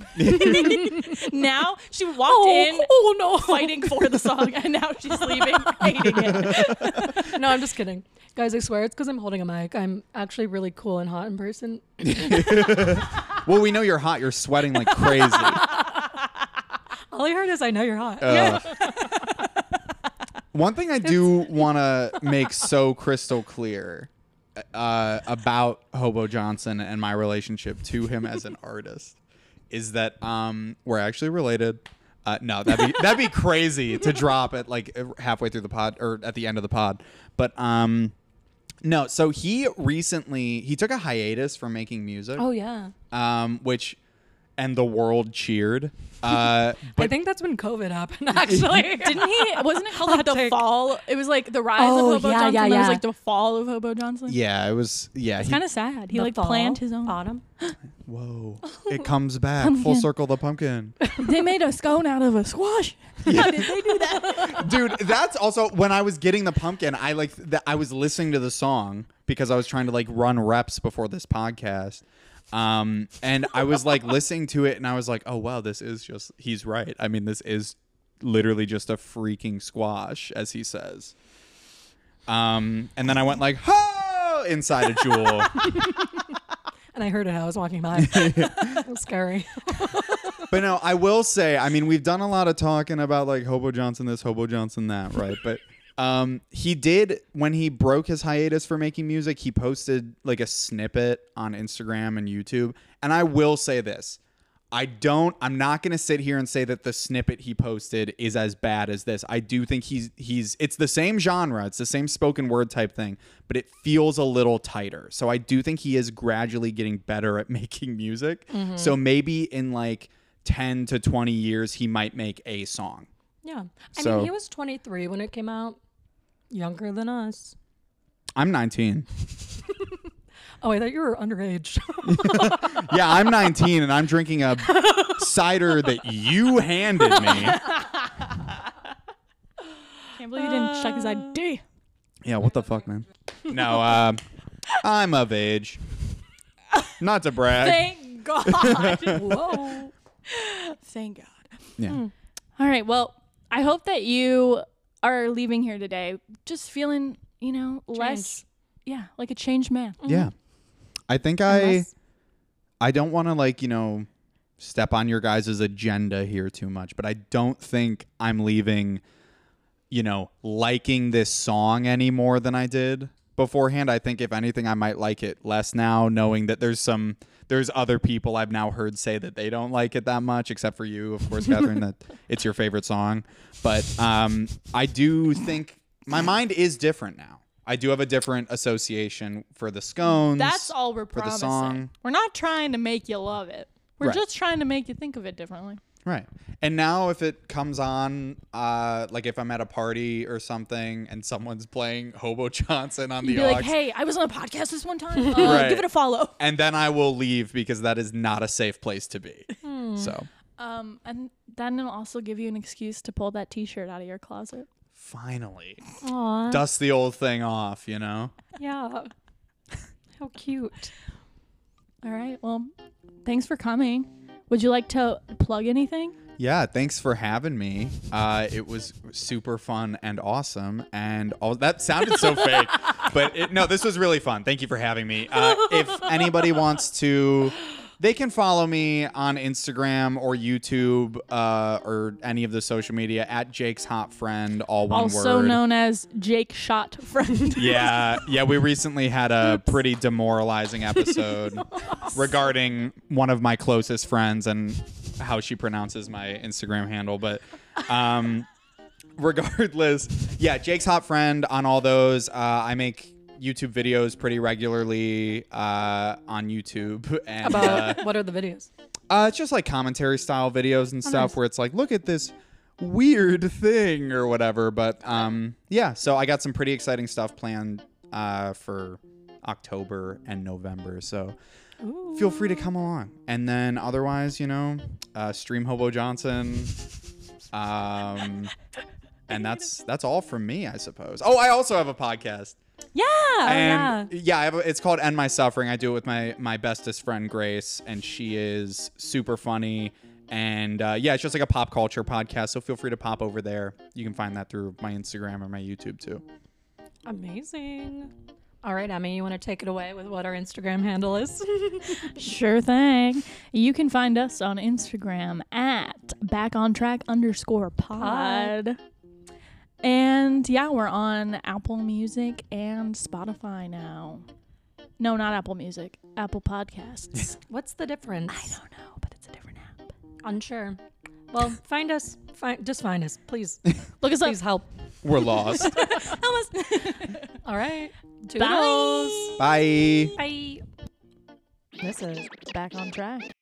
Speaker 3: Now she walked in
Speaker 1: oh no!
Speaker 3: fighting for the song and now she's (laughs) leaving hating it.
Speaker 1: No, I'm just kidding, guys. I swear it's because I'm holding a mic. I'm actually really cool and hot in person.
Speaker 2: Well, we know you're hot. You're sweating like crazy.
Speaker 1: All I heard is I know you're hot. (laughs)
Speaker 2: (laughs) Uh, one thing I do want to make so crystal clear uh, about Hobo Johnson and my relationship to him as an artist is that um, we're actually related. Uh, no, that'd be that'd be crazy to drop at like halfway through the pod or at the end of the pod. But um, No, so he recently he took a hiatus from making music,
Speaker 1: Oh yeah.
Speaker 2: um, which and the world cheered. Uh,
Speaker 1: (laughs)
Speaker 2: but
Speaker 1: I think that's when COVID
Speaker 2: (laughs)
Speaker 1: happened. Actually, (laughs)
Speaker 3: Didn't he? Wasn't it called
Speaker 1: Hot
Speaker 3: like the
Speaker 1: take.
Speaker 3: fall? It was like the rise
Speaker 1: Oh,
Speaker 3: of Hobo
Speaker 1: yeah,
Speaker 3: Johnson.
Speaker 1: yeah,
Speaker 3: It was
Speaker 1: yeah.
Speaker 3: like the fall of Hobo Johnson.
Speaker 2: yeah, it was yeah.
Speaker 3: It's
Speaker 2: he-
Speaker 3: kind of sad. He
Speaker 1: The
Speaker 3: like
Speaker 1: fall,
Speaker 3: planned his own.
Speaker 1: autumn?
Speaker 2: whoa, it comes back full circle. The pumpkin.
Speaker 3: they made a scone out of a squash. How did they do that? (laughs)
Speaker 2: dude that's also when i was getting the pumpkin i like th- i was listening to the song because i was trying to like run reps before this podcast um and i was like listening to it and i was like oh wow this is just he's right i mean this is literally just a freaking squash as he says um and then i went like ho inside a jewel
Speaker 1: And I heard it. I was walking
Speaker 2: (laughs)
Speaker 1: by. it was scary.
Speaker 2: But no, I will say, I mean, we've done a lot of talking about like Hobo Johnson this, Hobo Johnson that, right? But um, he did when he broke his hiatus for making music, he posted like a snippet on Instagram and YouTube. And I will say this. I don't I'm not going to sit here and say that the snippet he posted is as bad as this. I do think he's he's it's the same genre, it's the same spoken word type thing, but it feels a little tighter. So I do think he is gradually getting better at (laughs) making music. So maybe in like 10 to 20 years he might make a song.
Speaker 1: Yeah. I
Speaker 2: So-
Speaker 1: mean, he was 23 when it came out. Younger than us.
Speaker 2: I'm 19.
Speaker 1: Oh, I thought you were underage.
Speaker 2: Yeah, I'm 19 and I'm drinking a cider that you handed me.
Speaker 3: Can't believe you didn't check his ID.
Speaker 2: Yeah, what the fuck, man? No, uh, I'm of age. Not to brag.
Speaker 3: Thank God.
Speaker 1: Whoa.
Speaker 3: (laughs) Thank God.
Speaker 2: yeah.
Speaker 3: All right. Well, I hope that you are leaving here today just feeling, you know, less. Yeah, like a changed man.
Speaker 2: Yeah. I think I I don't want to like, you know, step on your guys' agenda here too much, but I don't think I'm leaving you know, liking this song any more than I did beforehand. I think if anything I might like it less now knowing that there's some there's other people I've now heard say that they don't like it that much, except for you, of course, Catherine, that it's your favorite song. But um, I do think my mind is different now. I do have a different association for the scones.
Speaker 3: That's all we're
Speaker 2: the
Speaker 3: promising.
Speaker 2: song.
Speaker 3: We're not trying to make you love it. We're
Speaker 2: Right.
Speaker 3: just trying to make you think of it differently.
Speaker 2: Right. And now if it comes on, uh, like if I'm at a party or something and someone's playing Hobo Johnson on
Speaker 3: You'd
Speaker 2: the
Speaker 3: be
Speaker 2: aux,
Speaker 3: like, hey, I was on a podcast this
Speaker 2: (laughs)
Speaker 3: one time. Uh,
Speaker 2: Right.
Speaker 3: Give it a follow.
Speaker 2: and then I will leave because that is not a safe place to be.
Speaker 3: Hmm.
Speaker 2: So
Speaker 3: Um, and then it'll also give you an excuse to pull that T-shirt out of your closet.
Speaker 2: finally,
Speaker 1: Aw.
Speaker 2: dust the old thing off, you know?
Speaker 1: Yeah. How cute.
Speaker 3: All right. Well, thanks for coming. Would you like to plug anything?
Speaker 2: Yeah, thanks for having me. Uh, it was super fun and awesome, and all that sounded
Speaker 3: (laughs)
Speaker 2: so fake, but it, no, this was really fun. Thank you for having me. Uh, if anybody wants to, they can follow me on Instagram or YouTube uh, or any of the social media at Jake's Hot Friend, all one
Speaker 3: also
Speaker 2: word.
Speaker 3: known as Jake Shot Friend. (laughs)
Speaker 2: yeah, yeah. We recently had a pretty demoralizing episode regarding one of my closest friends and how she pronounces my Instagram handle. But um, regardless, yeah, Jake's hot friend on all those. Uh, I make YouTube videos pretty regularly uh, on YouTube, and uh,
Speaker 1: About (laughs) what are the videos?
Speaker 2: uh, it's just like commentary style videos and stuff where it's like, look at this weird thing or whatever. But um, yeah, so I got some pretty exciting stuff planned uh, for October and November. So feel free to come along. And then otherwise, you know, uh, stream Hobo Johnson. Um, and that's that's all from me, I suppose. Oh, I also have a podcast
Speaker 1: Yeah.
Speaker 2: and yeah, I have a, it's called End My Suffering. I do it with my my bestest friend Grace, and she is super funny. And uh, yeah, it's just like a pop culture podcast. So feel free to pop over there. You can find that through my Instagram or my YouTube too.
Speaker 1: Amazing. All right, Emmy, you want to take it away with what our Instagram handle is? (laughs)
Speaker 3: Sure thing. You can find us on Instagram at back on track underscore pod. And yeah, we're on Apple Music and Spotify now. No, not Apple Music. Apple Podcasts.
Speaker 1: What's the difference?
Speaker 3: I don't know, but it's a different app.
Speaker 1: Unsure. Well, find us. Find just find us, please.
Speaker 3: Look us up.
Speaker 1: Please help.
Speaker 2: We're lost.
Speaker 1: All right.
Speaker 3: Toodles.
Speaker 2: Bye.
Speaker 1: Bye. This is
Speaker 3: Back on track.